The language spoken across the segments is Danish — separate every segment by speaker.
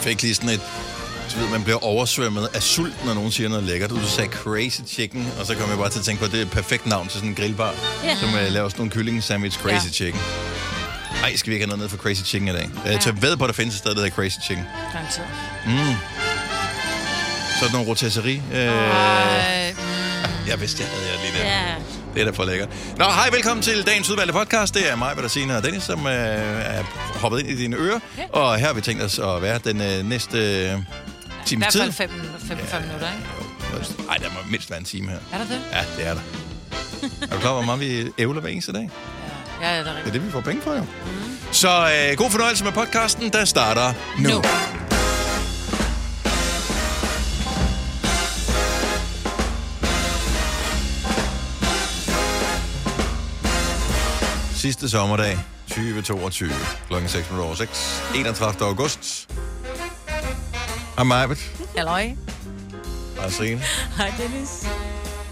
Speaker 1: fik lige sådan et... Så ved, man bliver oversvømmet af sult, når nogen siger noget lækkert. Du sagde Crazy Chicken, og så kom jeg bare til at tænke på, at det er et perfekt navn til sådan en grillbar,
Speaker 2: Ja.
Speaker 1: yeah. som uh, laver sådan nogle kylling sandwich Crazy
Speaker 2: Ja.
Speaker 1: yeah. Chicken. Ej, skal vi ikke have noget ned for Crazy Chicken i dag? Jeg tager ved på, at der findes et sted, der hedder Crazy Chicken.
Speaker 3: Garanteret.
Speaker 1: Mm. Sådan nogle rotisserie. Øh,
Speaker 3: Ej,
Speaker 1: jeg vidste, jeg havde jeg lige der.
Speaker 3: Ja.
Speaker 1: Det er da for lækkert. Nå, hej, velkommen til dagens udvalgte podcast. Det er mig, hvad der siger, og Dennis, som øh, er hoppet ind i dine ører. Og her har vi tænkt os at være den øh, næste
Speaker 3: I
Speaker 1: øh, time
Speaker 3: hvert
Speaker 1: tid.
Speaker 3: fald 5 ja. minutter, ikke?
Speaker 1: Nej, der må mindst være en time her.
Speaker 3: Er der det?
Speaker 1: Ja, det er der. Er du klar, over, hvor meget vi ævler hver eneste dag?
Speaker 3: Ja, ja, det er
Speaker 1: Det er
Speaker 3: rigtigt.
Speaker 1: det, vi får penge for, jo. Så øh, god fornøjelse med podcasten, der starter nu. nu. Sidste sommerdag, 2022, klokken 6 minutter over 6, 31. august. Hej Majbet,
Speaker 3: Halløj.
Speaker 1: hej Signe.
Speaker 3: Hej, Dennis.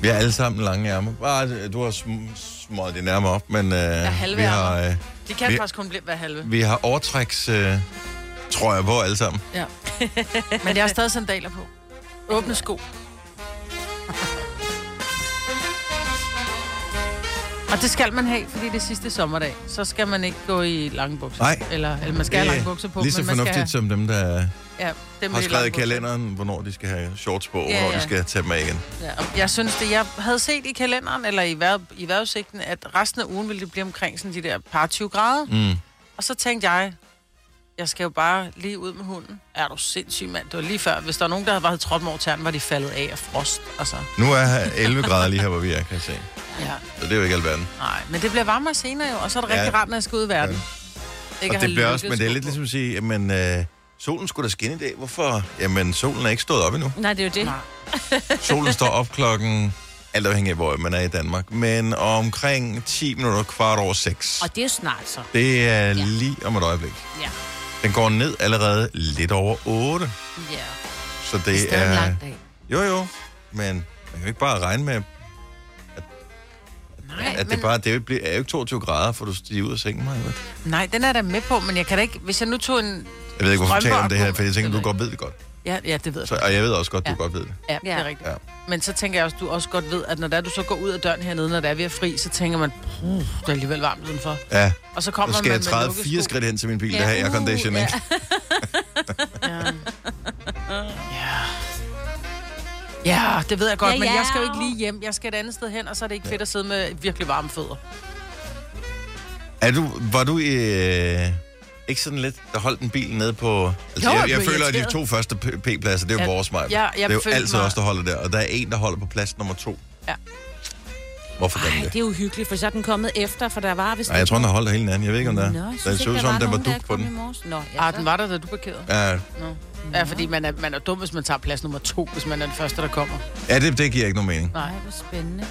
Speaker 1: Vi har alle sammen lange ærmer. Bare, øh, du har sm- smøget dine ærmer op, men øh,
Speaker 3: halve
Speaker 1: vi har...
Speaker 3: ærmer.
Speaker 1: Øh,
Speaker 3: Det kan
Speaker 1: vi,
Speaker 3: faktisk kun blive hver halve.
Speaker 1: vi har overtræks, øh, tror jeg, på alle sammen.
Speaker 3: Ja. Men jeg har stadig sandaler på. Åbne sko. Og det skal man have, fordi det er sidste sommerdag. Så skal man ikke gå i lange bukser.
Speaker 1: Nej.
Speaker 3: Eller, eller man skal have
Speaker 1: Det er
Speaker 3: lange bukser på,
Speaker 1: Lige så
Speaker 3: men man skal
Speaker 1: fornuftigt
Speaker 3: have...
Speaker 1: som dem, der
Speaker 3: Ja, dem med
Speaker 1: har
Speaker 3: de
Speaker 1: skrevet i
Speaker 3: lange bukser.
Speaker 1: kalenderen, hvornår de skal have shorts på, og
Speaker 3: Ja,
Speaker 1: hvornår
Speaker 3: ja.
Speaker 1: de skal tage dem af igen.
Speaker 3: Ja, og jeg synes det. Jeg havde set i kalenderen, eller i, vejr, i vejrudsigten, at resten af ugen ville det blive omkring sådan de der par 20 grader.
Speaker 1: Mm.
Speaker 3: Og så tænkte jeg, jeg skal jo bare lige ud med hunden. Er du sindssyg, mand? Det var lige før. Hvis der var nogen, der havde været trådt mig over tæerne, var de faldet af af frost. Altså.
Speaker 1: Nu er her 11 grader lige her, hvor vi er, kan jeg se.
Speaker 3: Ja.
Speaker 1: Så det er jo ikke alverden.
Speaker 3: Nej, men det bliver varmere senere jo, og så er det
Speaker 1: Ja.
Speaker 3: rigtig rart, når jeg skal ud i verden. Ja.
Speaker 1: Og det bliver også, men det er lidt ligesom at sige, jamen, øh, solen skulle da skinne i dag. Hvorfor? Jamen, solen er ikke stået op endnu.
Speaker 4: Nej, det er jo det.
Speaker 3: Nej.
Speaker 1: Solen står op klokken, alt afhængig af, hvor man er i Danmark, men omkring 10 minutter, kvart over 6.
Speaker 4: Og det er jo snart så.
Speaker 1: Det er lige om et øjeblik.
Speaker 4: Ja.
Speaker 1: Den går ned allerede lidt over 8,
Speaker 4: Ja.
Speaker 1: så det,
Speaker 4: Det er en lang dag.
Speaker 1: Jo, jo, men man kan jo ikke bare regne med, at,
Speaker 3: Nej,
Speaker 1: at men... det bare det bliver, er jo ikke 22 grader, for du stiger ud af sengen, mig.
Speaker 3: Nej, den er der med på, men jeg kan da ikke... Hvis jeg nu tog en...
Speaker 1: Jeg ved ikke, hvorfor jeg taler om det her,
Speaker 3: Strømper-
Speaker 1: for jeg tænker, du godt ved det godt.
Speaker 3: Ja, ja det ved jeg.
Speaker 1: Så, og jeg ved også godt, du godt ved det.
Speaker 3: Ja, det er
Speaker 4: Ja.
Speaker 3: rigtigt.
Speaker 1: Ja.
Speaker 3: Men så tænker jeg også, du også godt ved, at når der, du så går ud af døren hernede, når der er vi er fri, så tænker man, "Puh, det er alligevel varmt udenfor.
Speaker 1: Ja,
Speaker 3: Og så
Speaker 1: så
Speaker 3: kommer
Speaker 1: skal
Speaker 3: man
Speaker 1: jeg træde
Speaker 3: med
Speaker 1: fire
Speaker 3: lukkesko.
Speaker 1: skridt hen til min bil,
Speaker 4: Ja,
Speaker 1: der har
Speaker 4: uh,
Speaker 1: aircondition,
Speaker 4: ja.
Speaker 1: ikke?
Speaker 3: Ja, det ved jeg godt, ja,
Speaker 4: Ja,
Speaker 3: ja. men
Speaker 4: ja.
Speaker 3: jeg skal jo ikke lige hjem. Jeg skal et andet sted hen, og så er det ikke fedt at sidde med virkelig varme fødder.
Speaker 1: Er du, var du øh, ikke sådan lidt, der holdt en bil nede på... Altså,
Speaker 3: Jo,
Speaker 1: jeg,
Speaker 3: jeg
Speaker 1: jeg,
Speaker 3: blev
Speaker 1: føler, at de
Speaker 3: irriteret.
Speaker 1: to første p- P-pladser, det er jo
Speaker 3: Ja,
Speaker 1: vores mig.
Speaker 3: ja, jeg
Speaker 1: det er jo
Speaker 3: følte
Speaker 1: altid
Speaker 3: mig-
Speaker 1: os, der holder der. Og der er en, der holder på plads nummer to.
Speaker 3: Ja.
Speaker 1: Hvorfor gør den
Speaker 4: Ej,
Speaker 1: det?
Speaker 4: det er uhyggeligt, for så er den kommet efter, for der var vist...
Speaker 1: Nej, jeg tror, den har holdt hele natten. Jeg ved ikke, om der er.
Speaker 4: Nå, jeg
Speaker 1: Den
Speaker 4: synes ikke,
Speaker 1: så ud
Speaker 4: der
Speaker 1: som,
Speaker 4: var
Speaker 1: om der var
Speaker 4: nogen, der er
Speaker 1: duk på
Speaker 4: kommet i
Speaker 1: den.
Speaker 4: morges. Nå, ja,
Speaker 3: Ah,
Speaker 4: så-
Speaker 3: den var der, da du parkerede.
Speaker 1: Ja,
Speaker 3: Nå. Ja, fordi man er, man er dum, hvis man tager plads nummer to, hvis man er den første, der kommer.
Speaker 1: ja det, det giver ikke nogen mening.
Speaker 4: Ej, hvor spændende.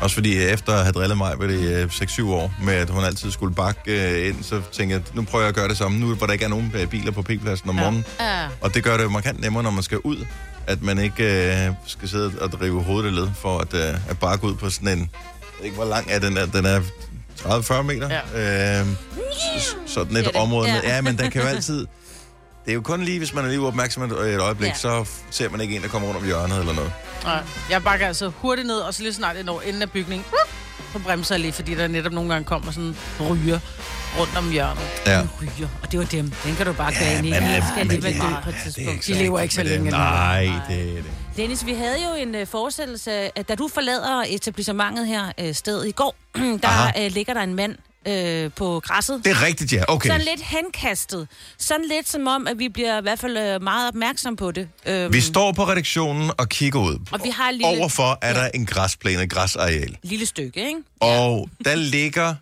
Speaker 1: Også fordi øh, efter at have drillet mig ved det øh, 6-7 år, med at hun altid skulle bakke øh, ind, så tænkte jeg, nu prøver jeg at gøre det samme, nu hvor der ikke er nogen øh, biler på P-pladsen om
Speaker 3: Ja.
Speaker 1: morgenen.
Speaker 4: Ja.
Speaker 1: Og det gør det jo markant nemmere, når man skal ud, at man ikke øh, skal sidde og drive hovedet i led for at, øh, at bakke ud på sådan en... Jeg ved ikke, hvor lang er den der? Den er 30-40 meter. Ja. Øh, s- sådan et
Speaker 4: Siger det.
Speaker 1: område. Ja.
Speaker 4: Ja.
Speaker 1: ja, men den kan jo altid... Det er jo kun lige, hvis man er lige opmærksom et et øjeblik, ja.
Speaker 4: Ja.
Speaker 1: så f- ser man ikke en, der kommer rundt om hjørnet eller noget.
Speaker 3: Nej. Jeg bakker altså hurtigt ned, og så lige så snart jeg når enden af bygningen, så bremser jeg lige, fordi der netop nogle gange kommer sådan ryger rundt om hjørnet.
Speaker 1: Ja.
Speaker 4: Ryger, og det var dem. Den kan du bare gøre ind i.
Speaker 1: men,
Speaker 4: De
Speaker 1: øh,
Speaker 4: skal
Speaker 1: men
Speaker 4: alligevel
Speaker 1: det-
Speaker 4: dø på et
Speaker 1: Det er
Speaker 4: tidspunkt.
Speaker 1: ikke
Speaker 3: De lever
Speaker 1: rigtigt
Speaker 3: ikke så
Speaker 1: med det.
Speaker 3: længe
Speaker 1: Nej, det er det.
Speaker 4: Dennis, vi havde jo en øh, forestillelse, at da du forlader etablissementet her øh, stedet i går, der
Speaker 1: Aha.
Speaker 4: øh, ligger der en mand øh, på græsset.
Speaker 1: Det er rigtigt, ja. Okay.
Speaker 4: Sådan lidt henkastet. Sådan lidt som om, at vi bliver i hvert fald øh, meget opmærksom på det. Øhm,
Speaker 1: Vi står på redaktionen og kigger ud.
Speaker 4: Og vi har en lille-
Speaker 1: Overfor er der en græsplæne, et græsareal.
Speaker 4: Lille stykke, ikke?
Speaker 1: Og der ligger,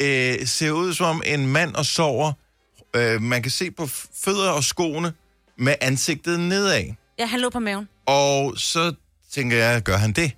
Speaker 1: øh, ser ud som en mand og sover. Øh, man kan se på f- fødder og skoene med ansigtet nedad.
Speaker 4: Ja, han lå på maven.
Speaker 1: Og så tænker jeg, gør han det?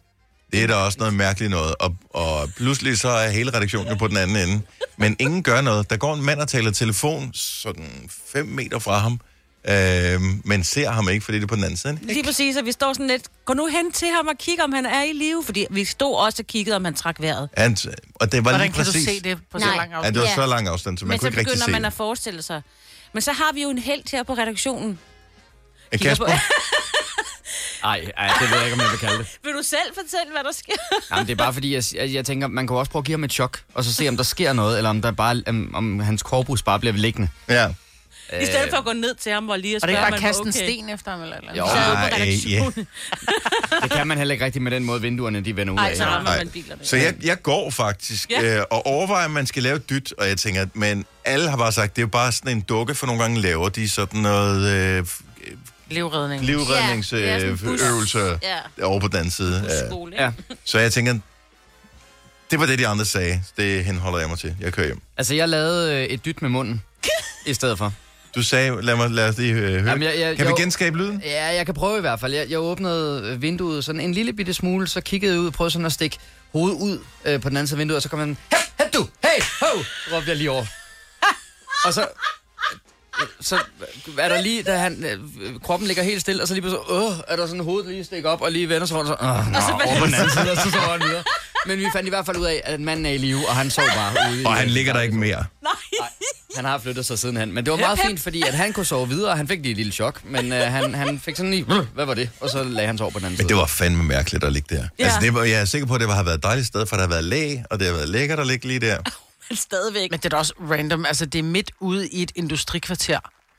Speaker 1: Det er da også noget mærkeligt noget. Og, og pludselig så er hele redaktionen jo på den anden ende. Men ingen gør noget. Der går en mand og taler telefon sådan 5 meter fra ham. Øh, men ser ham ikke, fordi det er på den anden side. af en hæk.
Speaker 4: Lige præcis, og vi står sådan lidt, gå nu hen til ham og kig, om han er i live. Fordi vi stod også og kiggede, om han trak vejret.
Speaker 1: Han, og det var
Speaker 3: Hvordan
Speaker 1: lige
Speaker 3: kan du
Speaker 1: præcis.
Speaker 3: se det på så
Speaker 4: Nej.
Speaker 3: lang
Speaker 1: Ja,
Speaker 3: afstand?
Speaker 1: det var
Speaker 4: Ja.
Speaker 1: så lang afstand, så man
Speaker 4: Men
Speaker 1: kunne
Speaker 4: så
Speaker 1: ikke rigtig se
Speaker 4: begynder man
Speaker 1: det.
Speaker 4: at forestille sig. Men så har vi jo en held her på redaktionen,
Speaker 1: Ja, Kasper,
Speaker 2: Nej, det ved jeg ikke, om jeg vil kalde det.
Speaker 4: Vil du selv fortælle, hvad der sker?
Speaker 2: Jamen, det er bare fordi, jeg, jeg, jeg tænker, man kan jo også prøve at give ham et chok, og så se, om der sker noget, eller om, der bare, om, om hans korpus bare bliver liggende. Øh,
Speaker 1: ja.
Speaker 4: I stedet for at gå ned til ham og lige at
Speaker 3: Og det
Speaker 4: spørge,
Speaker 3: er ikke bare
Speaker 4: om han var
Speaker 3: kaste en
Speaker 4: okay.
Speaker 3: sten efter ham eller et eller andet.
Speaker 2: Jo.
Speaker 4: Så er jeg ude på
Speaker 1: Ej,
Speaker 4: redaktionen.
Speaker 2: Det kan man heller ikke rigtig med den måde, vinduerne de vender ud
Speaker 4: Ej,
Speaker 2: af.
Speaker 4: så rammer
Speaker 1: Nej.
Speaker 4: man bilerne.
Speaker 1: Så jeg, jeg går faktisk
Speaker 4: Ja.
Speaker 1: ja. øh, og overvejer, om man skal lave et dyt, og jeg tænker, at- men alle har bare sagt, det er jo bare sådan en dukke, for nogle gange laver de sådan noget øh,
Speaker 3: Livredning.
Speaker 4: Ja, det er sådan en bus.
Speaker 1: livredningsøvelser
Speaker 4: Ja.
Speaker 1: ja, over på den anden side. Ja.
Speaker 4: Skole, ikke?
Speaker 2: Ja.
Speaker 1: Så jeg tænker, det var det, de andre sagde. Det henholder jeg mig til. Jeg kører hjem.
Speaker 2: Altså, jeg lavede øh, et dyt med munden, i stedet for.
Speaker 1: Du sagde, lad, mig, lad os lige øh, høre.
Speaker 2: Jamen, jeg- jeg-
Speaker 1: kan vi
Speaker 2: jeg-
Speaker 1: genskabe lyden?
Speaker 2: Ja, jeg kan prøve i hvert fald. Jeg, jeg åbnede øh, vinduet sådan en lille bitte smule, så kiggede jeg ud og prøvede sådan at stikke hovedet ud øh, på den anden side af vinduet, og så kom han, hey, hey du, hey, ho, råbte jeg lige over. og så, øh, så er der lige, da han, øh, kroppen ligger helt stille, og så lige pludselig, åh, er der sådan hovedet lige stikker op, og lige vender sig rundt, så, åh, nå, over på den anden side, og så sover han videre. Men vi fandt i hvert fald ud af, at manden er i live, og han sov bare ude. i- øh,
Speaker 1: Og han ligger der ikke mere.
Speaker 4: Nej.
Speaker 2: han har flyttet sig sidenhen, men det var meget fint, fordi at han kunne sove videre, og han fik lige et lille chok, men øh, han, han fik sådan lige, "Brr, hvad var det? Og så lagde han sig over på den anden
Speaker 1: Men
Speaker 2: side.
Speaker 1: det var fandme mærkeligt at ligge der.
Speaker 4: Ja.
Speaker 1: Ja. Altså, det var, jeg er sikker på, at det var- har været et dejligt sted, for der har været læge, og det har været lækkert at ligge lige der.
Speaker 4: Men stadigvæk.
Speaker 3: Men det er da også random. Altså, det er midt ude i et industrikvarter.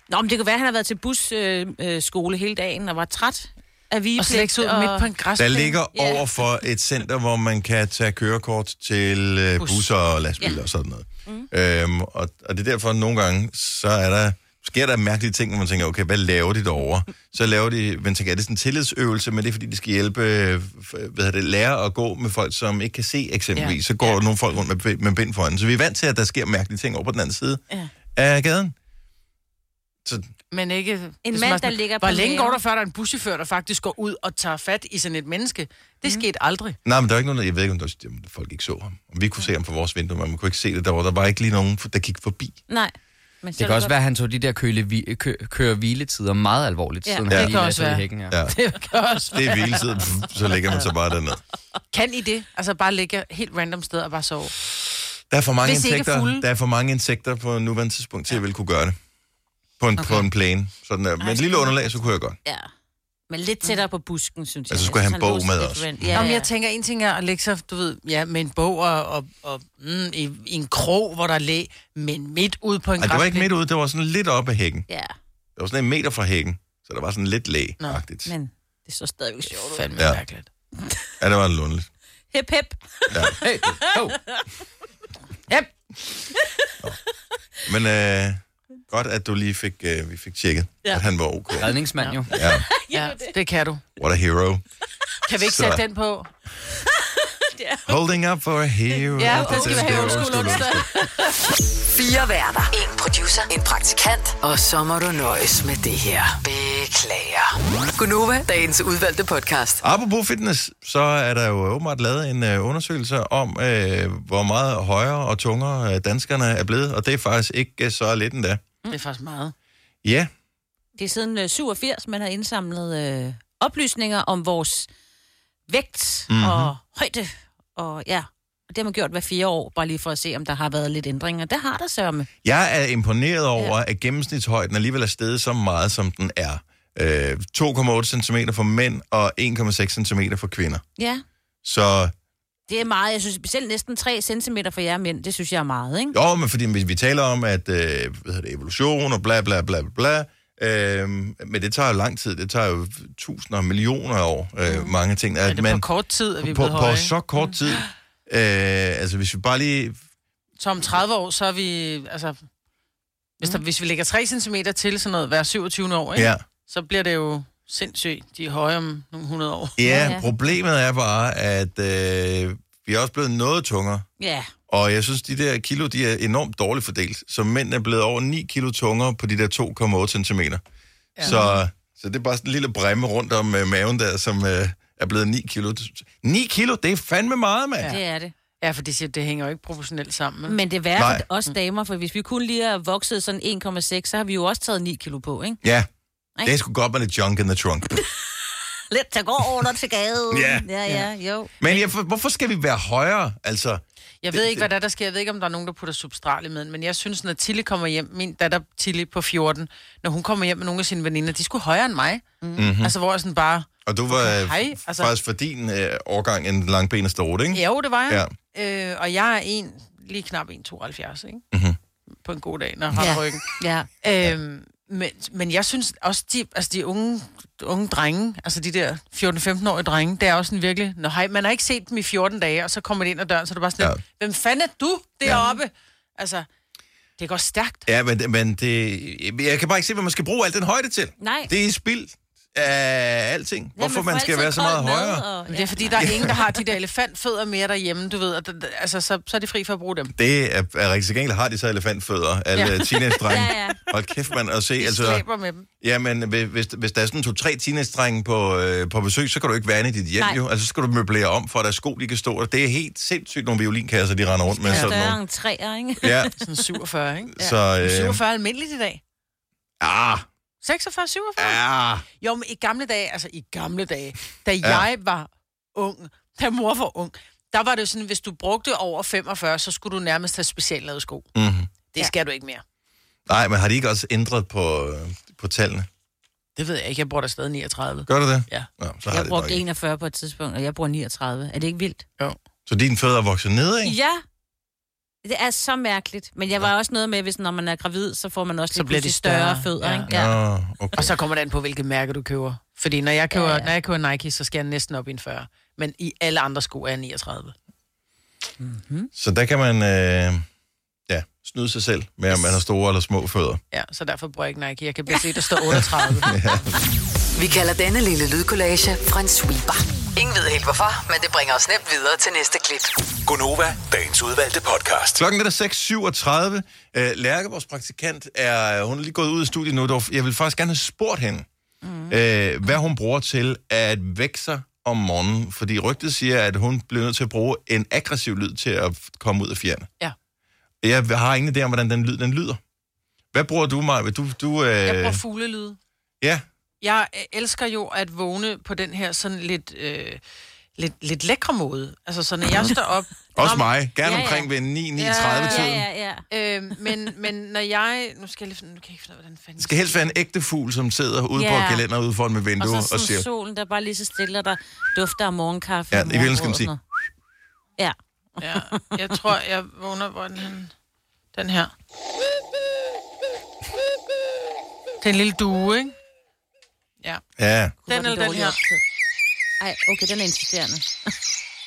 Speaker 4: Nå, men det kan være, at han har været til busskole øh, skole hele dagen og var træt af vigepligt.
Speaker 3: Og slet ud midt på en
Speaker 1: Der
Speaker 3: græsplæne.
Speaker 1: ligger
Speaker 4: Ja.
Speaker 1: over for et center, hvor man kan tage kørekort til øh, busser og lastbiler ja. og sådan noget. Mm. Øhm, og, og det er derfor, at nogle gange, så er der, sker der mærkelige ting, hvor man tænker, okay, hvad laver de derovre? Så laver de, man tænker, er det sådan en tillidsøvelse, men det er fordi, de skal hjælpe, øh, f- hvad hedder det, lære at gå med folk, som ikke kan se eksempelvis.
Speaker 3: Ja.
Speaker 1: Ja. Så går nogle folk rundt med, med bind foran. Så vi er vant til, at der sker mærkelige ting over på den anden side
Speaker 4: Ja.
Speaker 1: ja. af gaden. Så
Speaker 3: Men ikke... det er som
Speaker 4: mand,
Speaker 3: er sådan,
Speaker 4: der ligger
Speaker 3: Hvor
Speaker 4: på
Speaker 3: længe
Speaker 4: maven.
Speaker 3: går der, før der er en buschauffør, der faktisk går ud og tager fat i sådan et menneske?
Speaker 4: Mm.
Speaker 3: Det skete aldrig.
Speaker 1: Nej, men der er ikke nogen, der- jeg ved ikke, om der, jamen, folk ikke så ham. Om Vi kunne se ham fra vores vindue, men man kunne ikke se det. Der var, der var ikke lige nogen, der gik forbi.
Speaker 4: Nej. Men så
Speaker 2: Det
Speaker 4: er
Speaker 2: kan også
Speaker 4: godt.
Speaker 2: være, at han tog de der køle, vi, kø, køre-hviletider meget alvorligt,
Speaker 4: Ja.
Speaker 2: siden
Speaker 1: Ja.
Speaker 2: han
Speaker 1: Det
Speaker 2: lige
Speaker 3: kan
Speaker 2: lagde
Speaker 3: også
Speaker 2: sig i
Speaker 3: være.
Speaker 2: hækken. Ja.
Speaker 1: Ja,
Speaker 3: Det kan også
Speaker 1: det er hviletid. Pff, Så ligger man så bare dernede.
Speaker 3: Kan I det? Altså bare ligge helt random sted og bare sove.
Speaker 1: Der er for mange,
Speaker 3: Hvis I ikke er
Speaker 1: insekter,
Speaker 3: fulde.
Speaker 1: der er for mange insekter på nuværende tidspunkt til, at jeg ville kunne gøre det. På en, okay. på en plane. Sådan der. Men et lille underlag, så kunne jeg godt.
Speaker 4: Ja. Men lidt tættere på busken, synes jeg.
Speaker 1: Altså, skulle han
Speaker 4: Jeg synes,
Speaker 1: bog
Speaker 4: lå
Speaker 1: med
Speaker 4: lidt
Speaker 1: også?
Speaker 4: rent.
Speaker 3: Ja,
Speaker 4: Ja,
Speaker 3: Mm. Nå, men
Speaker 4: ja.
Speaker 3: jeg tænker, en ting er at lægge sig, du ved, ja, med en bog og, og, og mm, i, i, en krog, hvor der er læ, men midt ude på en
Speaker 1: Ej, det var
Speaker 3: græsplæne.
Speaker 1: ikke midt ude, det var sådan lidt oppe af hækken.
Speaker 4: ja,
Speaker 1: Det var sådan en meter fra hækken, så der var sådan lidt læg agtigt
Speaker 4: men det så stadigvæk sjovt ud.
Speaker 3: Fandme
Speaker 1: Ja.
Speaker 3: mærkeligt.
Speaker 1: Ja, det var lundligt.
Speaker 4: Hip, hip.
Speaker 2: Hey, ho.
Speaker 3: Yep.
Speaker 1: Men øh, godt, at du lige fik, øh, vi fik tjekket,
Speaker 4: Ja.
Speaker 1: ja. at han var ok.
Speaker 2: Redningsmand jo.
Speaker 1: Ja,
Speaker 3: Ja, det kan du.
Speaker 1: what a hero.
Speaker 3: Kan vi ikke
Speaker 1: Så-
Speaker 3: sætte den på?
Speaker 1: Holding up for a hero.
Speaker 3: Ja, det skal vi have undskyld onsdag.
Speaker 5: Fire værter. En producer. En praktikant. Og så må du nøjes med det her. Beklager. Gunova, dagens udvalgte podcast.
Speaker 1: Apropos fitness, så er der jo åbenbart lavet en øh, undersøgelse om, øh, hvor meget højere og tungere øh, danskerne er blevet, og det er faktisk ikke øh, så lidt endda.
Speaker 3: Det er faktisk meget.
Speaker 1: Ja,
Speaker 4: Det er siden øh, 87, man har indsamlet øh, oplysninger om vores vægt
Speaker 3: Mhm.
Speaker 4: mm-hmm. og højde. Og ja, og det har man gjort hver fire år, bare lige for at se, om der har været lidt ændringer. Det har der sørme.
Speaker 1: jeg er imponeret over, at gennemsnitshøjden alligevel er steget så meget, som den er. Øh, 2,8 cm for mænd og 1,6 cm for kvinder.
Speaker 4: Ja,
Speaker 1: Så
Speaker 4: det er meget. Jeg synes specielt næsten 3 cm for jer mænd, det synes jeg er meget, ikke?
Speaker 1: Jo, men fordi vi, vi taler om, at øh, hvad hedder det, evolution og bla bla bla bla, bla. Øh, men det tager jo lang tid. Det tager jo tusinder og millioner af år, øh, mm. mange ting.
Speaker 3: Men
Speaker 1: At
Speaker 3: det er
Speaker 1: man,
Speaker 3: på kort tid, at vi er
Speaker 1: på,
Speaker 3: blevet
Speaker 1: på
Speaker 3: høje. Mm.
Speaker 1: så kort tid, øh, altså hvis vi bare lige...
Speaker 3: Så om 30 år, så er vi... Altså, hvis,
Speaker 4: Mm.
Speaker 3: der, hvis vi lægger 3 cm til sådan noget hver 27. år, ikke?
Speaker 1: Ja.
Speaker 3: så bliver det jo sindssygt. De er høje om nogle 100 år.
Speaker 1: Ja,
Speaker 4: ja.
Speaker 1: problemet er bare, at øh, vi er også blevet noget tungere.
Speaker 4: Ja,
Speaker 1: Og jeg synes, de der kilo, de er enormt dårligt fordelt. Så mænd er blevet over 9 kilo tungere på de der 2,8 centimeter. Ja. Så, så det er bare sådan en lille bremme rundt om øh, maven der, som øh, er blevet 9 kilo. 9 kilo, det er fandme meget, mand. Ja.
Speaker 4: det er det.
Speaker 3: Ja, for de siger, det hænger jo ikke proportionelt sammen. Men
Speaker 4: Men det er værre
Speaker 1: Nej.
Speaker 4: for
Speaker 3: Mm.
Speaker 4: os damer, for hvis vi kun lige er vokset sådan 1,6, så har vi jo også taget 9 kilo på, ikke?
Speaker 1: ja. Det er sgu godt med lidt junk in the trunk.
Speaker 4: Lidt til går under til gaden.
Speaker 1: Ja.
Speaker 4: ja, ja, jo.
Speaker 1: Men jeg, for- hvorfor skal vi være højere? Altså,
Speaker 3: Jeg ved ikke, hvad der, er, der sker. Jeg ved ikke, om der er nogen, der putter substral i maden, men jeg synes, når Tilly kommer hjem, min datter Tilly på 14, når hun kommer hjem med nogle af sine veninder, de skulle højere end mig. Mm-hmm. Altså, hvor jeg sådan bare...
Speaker 1: og du var okay,
Speaker 3: hej, altså-
Speaker 1: faktisk for din øh, årgang en langbenet stort, ikke?
Speaker 3: Ja, jo, det var jeg. Ja. Øh, og jeg er en, lige knap 1,72, ikke? Mm-hmm. På en god dag, når jeg har
Speaker 4: Ja.
Speaker 3: ja. ryggen.
Speaker 4: Ja.
Speaker 3: Øhm, men, men jeg synes også, de, altså de unge, unge drenge, altså de der 14-15-årige drenge, det er også sådan virkelig, nå hej, man har ikke set dem i 14 dage, og så kommer de ind ad døren, så er det bare sådan,
Speaker 1: Ja.
Speaker 3: ja. hvem fanden er du deroppe? Ja. Altså, det går stærkt.
Speaker 1: Ja, men, men det, jeg kan bare ikke se, hvad man skal bruge al den højde til.
Speaker 4: Nej.
Speaker 1: Det er spild af alting.
Speaker 4: Ja,
Speaker 1: Hvorfor
Speaker 4: får
Speaker 1: man skal
Speaker 4: altid
Speaker 1: være så
Speaker 4: kold
Speaker 1: meget
Speaker 4: mad,
Speaker 1: højere?
Speaker 4: og-
Speaker 3: Men det er fordi, der er ingen, der har de der elefantfødder mere derhjemme, du ved, og det, altså, så, så er de fri for at bruge dem.
Speaker 1: Det er, er rigtig til gengæld, har de så elefantfødder, alle ja.
Speaker 3: Ja.
Speaker 1: teenage-drenge.
Speaker 4: Ja, ja.
Speaker 1: Hold kæft, man, at se.
Speaker 3: De
Speaker 1: Altså,
Speaker 3: slæber med dem.
Speaker 1: jamen, hvi- hvis, hvis der er sådan to-tre teenage-drenge på, øh, på besøg, så kan du ikke være inde i dit hjem,
Speaker 4: Nej.
Speaker 1: jo. Altså, så skal du møblere om, for at der er sko, de kan stå. Og det er helt sindssygt nogle violinkasser, de render rundt med.
Speaker 4: Ja.
Speaker 1: Sådan
Speaker 4: Større
Speaker 1: nogle.
Speaker 4: end træer, ikke?
Speaker 1: Ja,
Speaker 3: Sådan 47, ikke?
Speaker 1: så... Øh,
Speaker 3: 47 er almindeligt i dag.
Speaker 1: ah,
Speaker 3: 46, 47?
Speaker 1: ah,
Speaker 3: Jo, men i gamle dage, altså i gamle dage, da
Speaker 1: Ja.
Speaker 3: ja. jeg var ung, da mor var ung, der var det jo sådan, hvis du brugte over 45, så skulle du nærmest have speciallavede sko.
Speaker 1: mhm.
Speaker 3: Det skal du ikke mere.
Speaker 1: Nej, men har de ikke også ændret på, øh, på tallene?
Speaker 3: Det ved jeg ikke, jeg bruger der stadig 39.
Speaker 1: Gør du det?
Speaker 3: Ja.
Speaker 1: Nå, så har
Speaker 4: Jeg
Speaker 1: det nok
Speaker 4: brugte
Speaker 1: ikke.
Speaker 4: 41 på et tidspunkt, og jeg bruger 39. Er det ikke vildt?
Speaker 1: Så dine fødder vokser ned, ikke?
Speaker 4: Ja. Det er så mærkeligt. Men jeg var også noget med, hvis når man er gravid, så får man også
Speaker 3: Så
Speaker 4: lidt
Speaker 3: bliver de
Speaker 4: større
Speaker 3: større.
Speaker 4: fødder,
Speaker 3: Ja.
Speaker 4: ikke? Ja.
Speaker 1: Nå, okay.
Speaker 3: Og så kommer det an på, hvilket mærke du køber. Fordi når jeg køber,
Speaker 4: Ja,
Speaker 3: ja,
Speaker 4: ja.
Speaker 3: ja. Når jeg køber Nike, så skal jeg næsten op i en 40. Men i alle andre sko er jeg 39.
Speaker 1: Så der kan man øh, ja, snyde sig selv med, om man har store eller små fødder.
Speaker 3: Ja, så derfor bruger jeg ikke Nike. Jeg kan blive set, der står 38.
Speaker 5: Vi kalder denne lille lydkollage en sweeper. Ingen ved helt hvorfor, men det bringer os nemt videre til næste klip.
Speaker 6: Gunova, dagens udvalgte podcast.
Speaker 1: Klokken er der 6.37. Øh, Lærke, vores praktikant, er, hun er lige gået ud af studiet nu. Det var- Jeg vil faktisk gerne have spurgt hende, mm. øh, hvad hun bruger til at vække sig om morgenen. Fordi rygtet siger, at hun bliver nødt til at bruge en aggressiv lyd til at f- komme ud af fjerne.
Speaker 3: Ja.
Speaker 1: Jeg har ingen idé om, hvordan den lyd den lyder. Hvad bruger du, Maja? Du, du, øh,
Speaker 3: Jeg bruger fuglelyde.
Speaker 1: ja.
Speaker 3: jeg øh, elsker jo at vågne på den her sådan lidt, øh, lidt, lidt lækre måde. Altså, så når jeg står op...
Speaker 1: Også
Speaker 3: Nå, men-
Speaker 1: mig. Gerne
Speaker 4: Ja,
Speaker 1: ja,
Speaker 4: ja.
Speaker 1: omkring ved 9-9.30-tiden.
Speaker 4: Ja, ja, ja.
Speaker 3: Øh, men, men når jeg... Nu skal jeg lige finde... Nu kan jeg ikke finde ud af, hvordan fanden...
Speaker 1: Det skal helst være en ægte fugl, som sidder ude yeah. på
Speaker 4: Ja.
Speaker 1: et gelænder ude foran med
Speaker 4: Og
Speaker 1: vinduet
Speaker 4: så
Speaker 1: og,
Speaker 4: sådan
Speaker 1: siger...
Speaker 4: solen, der bare lige så stille, og der dufter af morgenkaffe.
Speaker 1: Ja,
Speaker 4: og
Speaker 1: i virkeligheden skal man
Speaker 4: morgenbrød
Speaker 1: sige-
Speaker 4: og sådan noget. Ja.
Speaker 3: Ja, jeg tror, jeg vågner... Hvor er den henne? Den her. Det er en lille due, ikke? Ja,
Speaker 1: Ja,
Speaker 4: Gud, hvor
Speaker 3: Den eller
Speaker 4: er
Speaker 3: den
Speaker 4: dårlig
Speaker 3: her?
Speaker 4: optid. Ej, okay, den er insisterende.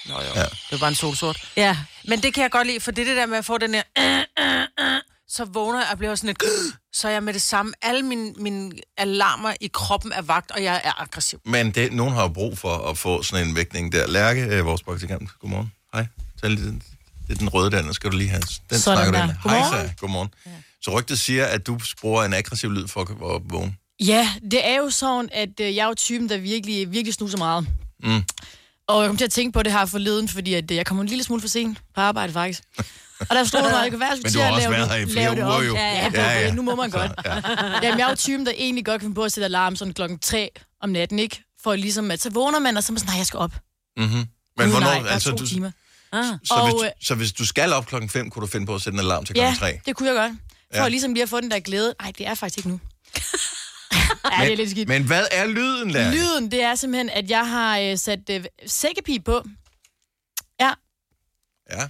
Speaker 3: Nå, jo. Ja. det var bare en solsort.
Speaker 4: Ja.
Speaker 3: Men det kan jeg godt lide, for det er det der med at få den her... øh, øh, øh, Så vågner jeg og bliver sådan et... Så er jeg med det samme. Alle mine, mine alarmer i kroppen er vagt, og jeg er aggressiv.
Speaker 1: men det, nogen har jo brug for at få sådan en vækning der. Lærke, øh, vores praktikant, godmorgen. Hej. Tag lige den. Det er den røde der, den skal du lige have. Den sådan snakker
Speaker 4: der.
Speaker 1: der. Hej, så. Godmorgen. Ja. Så rygtet siger, at du bruger en aggressiv lyd for at være vågen.
Speaker 7: Ja, det er jo sådan, at øh, jeg er jo typen, der virkelig, virkelig snuser meget. Mm.
Speaker 1: Mm-hmm.
Speaker 7: Og jeg kom til at tænke på det her forleden, fordi at, øh, jeg kom en lille smule for sent på arbejde, faktisk. Og der stod noget, det kunne være, at jeg
Speaker 1: Men du
Speaker 7: skulle til
Speaker 1: har
Speaker 7: at
Speaker 1: også
Speaker 7: lave,
Speaker 1: været
Speaker 7: det-
Speaker 1: her i
Speaker 7: lave det
Speaker 1: flere uger
Speaker 7: om.
Speaker 1: jo.
Speaker 7: Ja, ja,
Speaker 1: Ja,
Speaker 7: ja,
Speaker 1: ja.
Speaker 7: ja. nu må man godt.
Speaker 1: Ja.
Speaker 7: Jamen, jeg er jo typen, der egentlig godt kan finde på at sætte alarm sådan klokken 3 om natten, ikke? For ligesom, at så vågner man, og så er man sådan, nej, jeg skal op.
Speaker 1: Mm-hmm. Men
Speaker 7: Gud,
Speaker 1: hvornår,
Speaker 7: nej, der er
Speaker 1: altså,
Speaker 7: to
Speaker 1: du, så,
Speaker 7: timer.
Speaker 4: Ah.
Speaker 7: Og,
Speaker 1: hvis,
Speaker 7: øh,
Speaker 1: du- så hvis du skal op klokken 5, kunne du finde på at sætte en alarm til
Speaker 7: Ja,
Speaker 1: klokken 3?
Speaker 7: det kunne jeg godt. For
Speaker 1: Ja.
Speaker 7: ligesom lige at få den der glæde. Nej, det er faktisk ikke nu. ja, det er lidt skidt.
Speaker 1: Men hvad er lyden, Lærke?
Speaker 7: Lyden, det er simpelthen, at jeg har øh, sat øh, sækkepige på. Ja.
Speaker 1: Ja.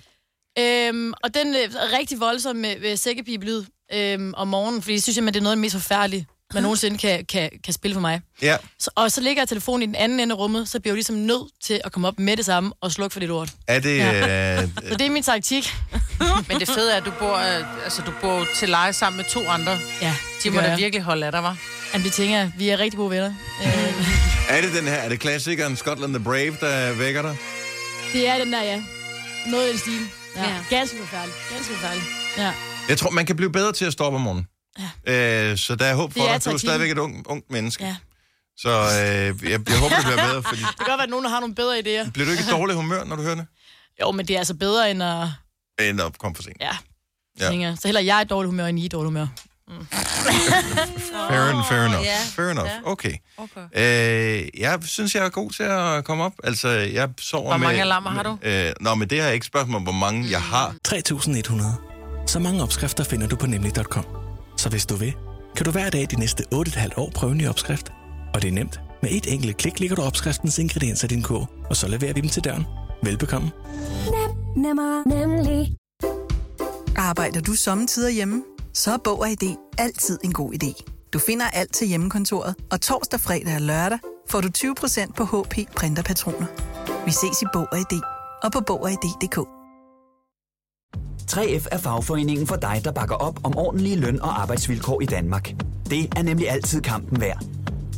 Speaker 7: Øhm, og den øh, er rigtig voldsom øh, øh, sækkepibelyd øhm, om morgenen, fordi jeg synes, at det er noget af det mest forfærdelige, man nogensinde kan, kan, kan spille for mig.
Speaker 1: ja.
Speaker 7: Så, og så ligger jeg telefonen i den anden ende af rummet, så bliver jeg jo ligesom nødt til at komme op med det samme og slukke for det lort.
Speaker 1: Er det... Ja. Øh,
Speaker 7: Så det er min taktik.
Speaker 3: Men det fede er, at du bor, øh, altså, du bor til leje sammen med to andre.
Speaker 7: Ja,
Speaker 3: De
Speaker 7: det
Speaker 3: må
Speaker 7: gør
Speaker 3: da
Speaker 7: jeg.
Speaker 3: virkelig holde af dig, Mm-hmm. var.
Speaker 7: Jamen, det tænker jeg. Vi er rigtig gode venner. Øh,
Speaker 1: er det den her? Er det klassikeren Scotland the Brave, der vækker dig?
Speaker 7: det er den der, ja. Noget i den stil. Ja.
Speaker 4: Ja.
Speaker 7: ja. Ganske forfærdeligt. Ganske forfærdeligt. Ja.
Speaker 1: Jeg tror, man kan blive bedre til at stoppe om morgenen. Ja. Øh, så der er håb for
Speaker 7: Det
Speaker 1: dig.
Speaker 7: er
Speaker 1: Du er
Speaker 7: taktikken.
Speaker 1: stadigvæk et ung, ungt menneske. Ja.
Speaker 7: Ja.
Speaker 1: Så øh, jeg, jeg håber, det bliver bedre. Fordi,
Speaker 7: Det kan godt være, at nogen har nogle bedre idéer.
Speaker 1: bliver du ikke i dårlig humør, når du hører det?
Speaker 7: Jo, men det er altså bedre end at...
Speaker 1: End at komme for sent.
Speaker 7: Ja.
Speaker 1: Ja.
Speaker 7: ja. Så heller jeg er i dårlig humør, Mm. end I er i dårlig humør.
Speaker 1: Fair, oh, fair enough.
Speaker 4: ja,
Speaker 1: fair enough.
Speaker 4: ja.
Speaker 1: Okay. okay. Øh, jeg synes, jeg er god til at komme op. Altså, jeg sover
Speaker 3: Hvor
Speaker 1: med...
Speaker 3: mange alarmer har du?
Speaker 1: Øh, nå, men det her er ikke et spørgsmål, om, hvor mange jeg har.
Speaker 8: 3100. Så mange opskrifter finder du på nemlig.com. Så hvis du vil, kan du hver dag de næste 8,5 år prøve en ny opskrift. Og det er nemt. Med et enkelt klik ligger du opskriftens ingredienser i din kog, og så leverer vi dem til døren. Velbekomme.
Speaker 9: Nemmer, nemlig.
Speaker 10: Arbejder du sommetider hjemme? Så er Bog og ID altid en god idé. Du finder alt til hjemmekontoret, og torsdag, fredag og lørdag får du 20% på HP Printerpatroner. Vi ses i Bog og ID og på Bog og
Speaker 11: 3F er fagforeningen for dig, der bakker op om ordentlige løn- og arbejdsvilkår i Danmark. Det er nemlig altid kampen værd.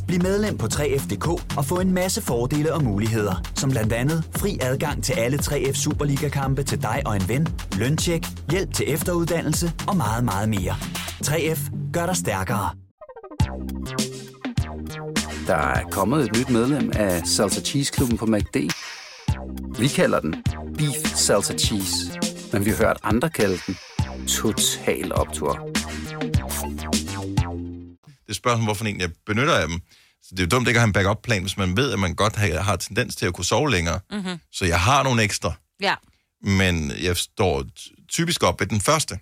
Speaker 11: Bliv medlem på 3F.dk og få en masse fordele og muligheder, som blandt andet fri adgang til alle 3F Superliga-kampe til dig og en ven, løntjek, hjælp til efteruddannelse og meget, meget mere. 3F gør dig stærkere.
Speaker 12: Der er kommet et nyt medlem af Salsa Cheese Klubben på MACD. Vi kalder den Beef Salsa Cheese, men vi har hørt andre kalde den Total Optor.
Speaker 1: Det er et spørgsmål, hvorfor en jeg benytter af dem. Så det er jo dumt ikke at have en backup-plan, hvis man ved, at man godt har, har tendens til at kunne sove længere.
Speaker 4: Mm-hmm.
Speaker 1: Så jeg har nogle ekstra,
Speaker 4: Ja.
Speaker 1: men jeg står ty- typisk op ved den første.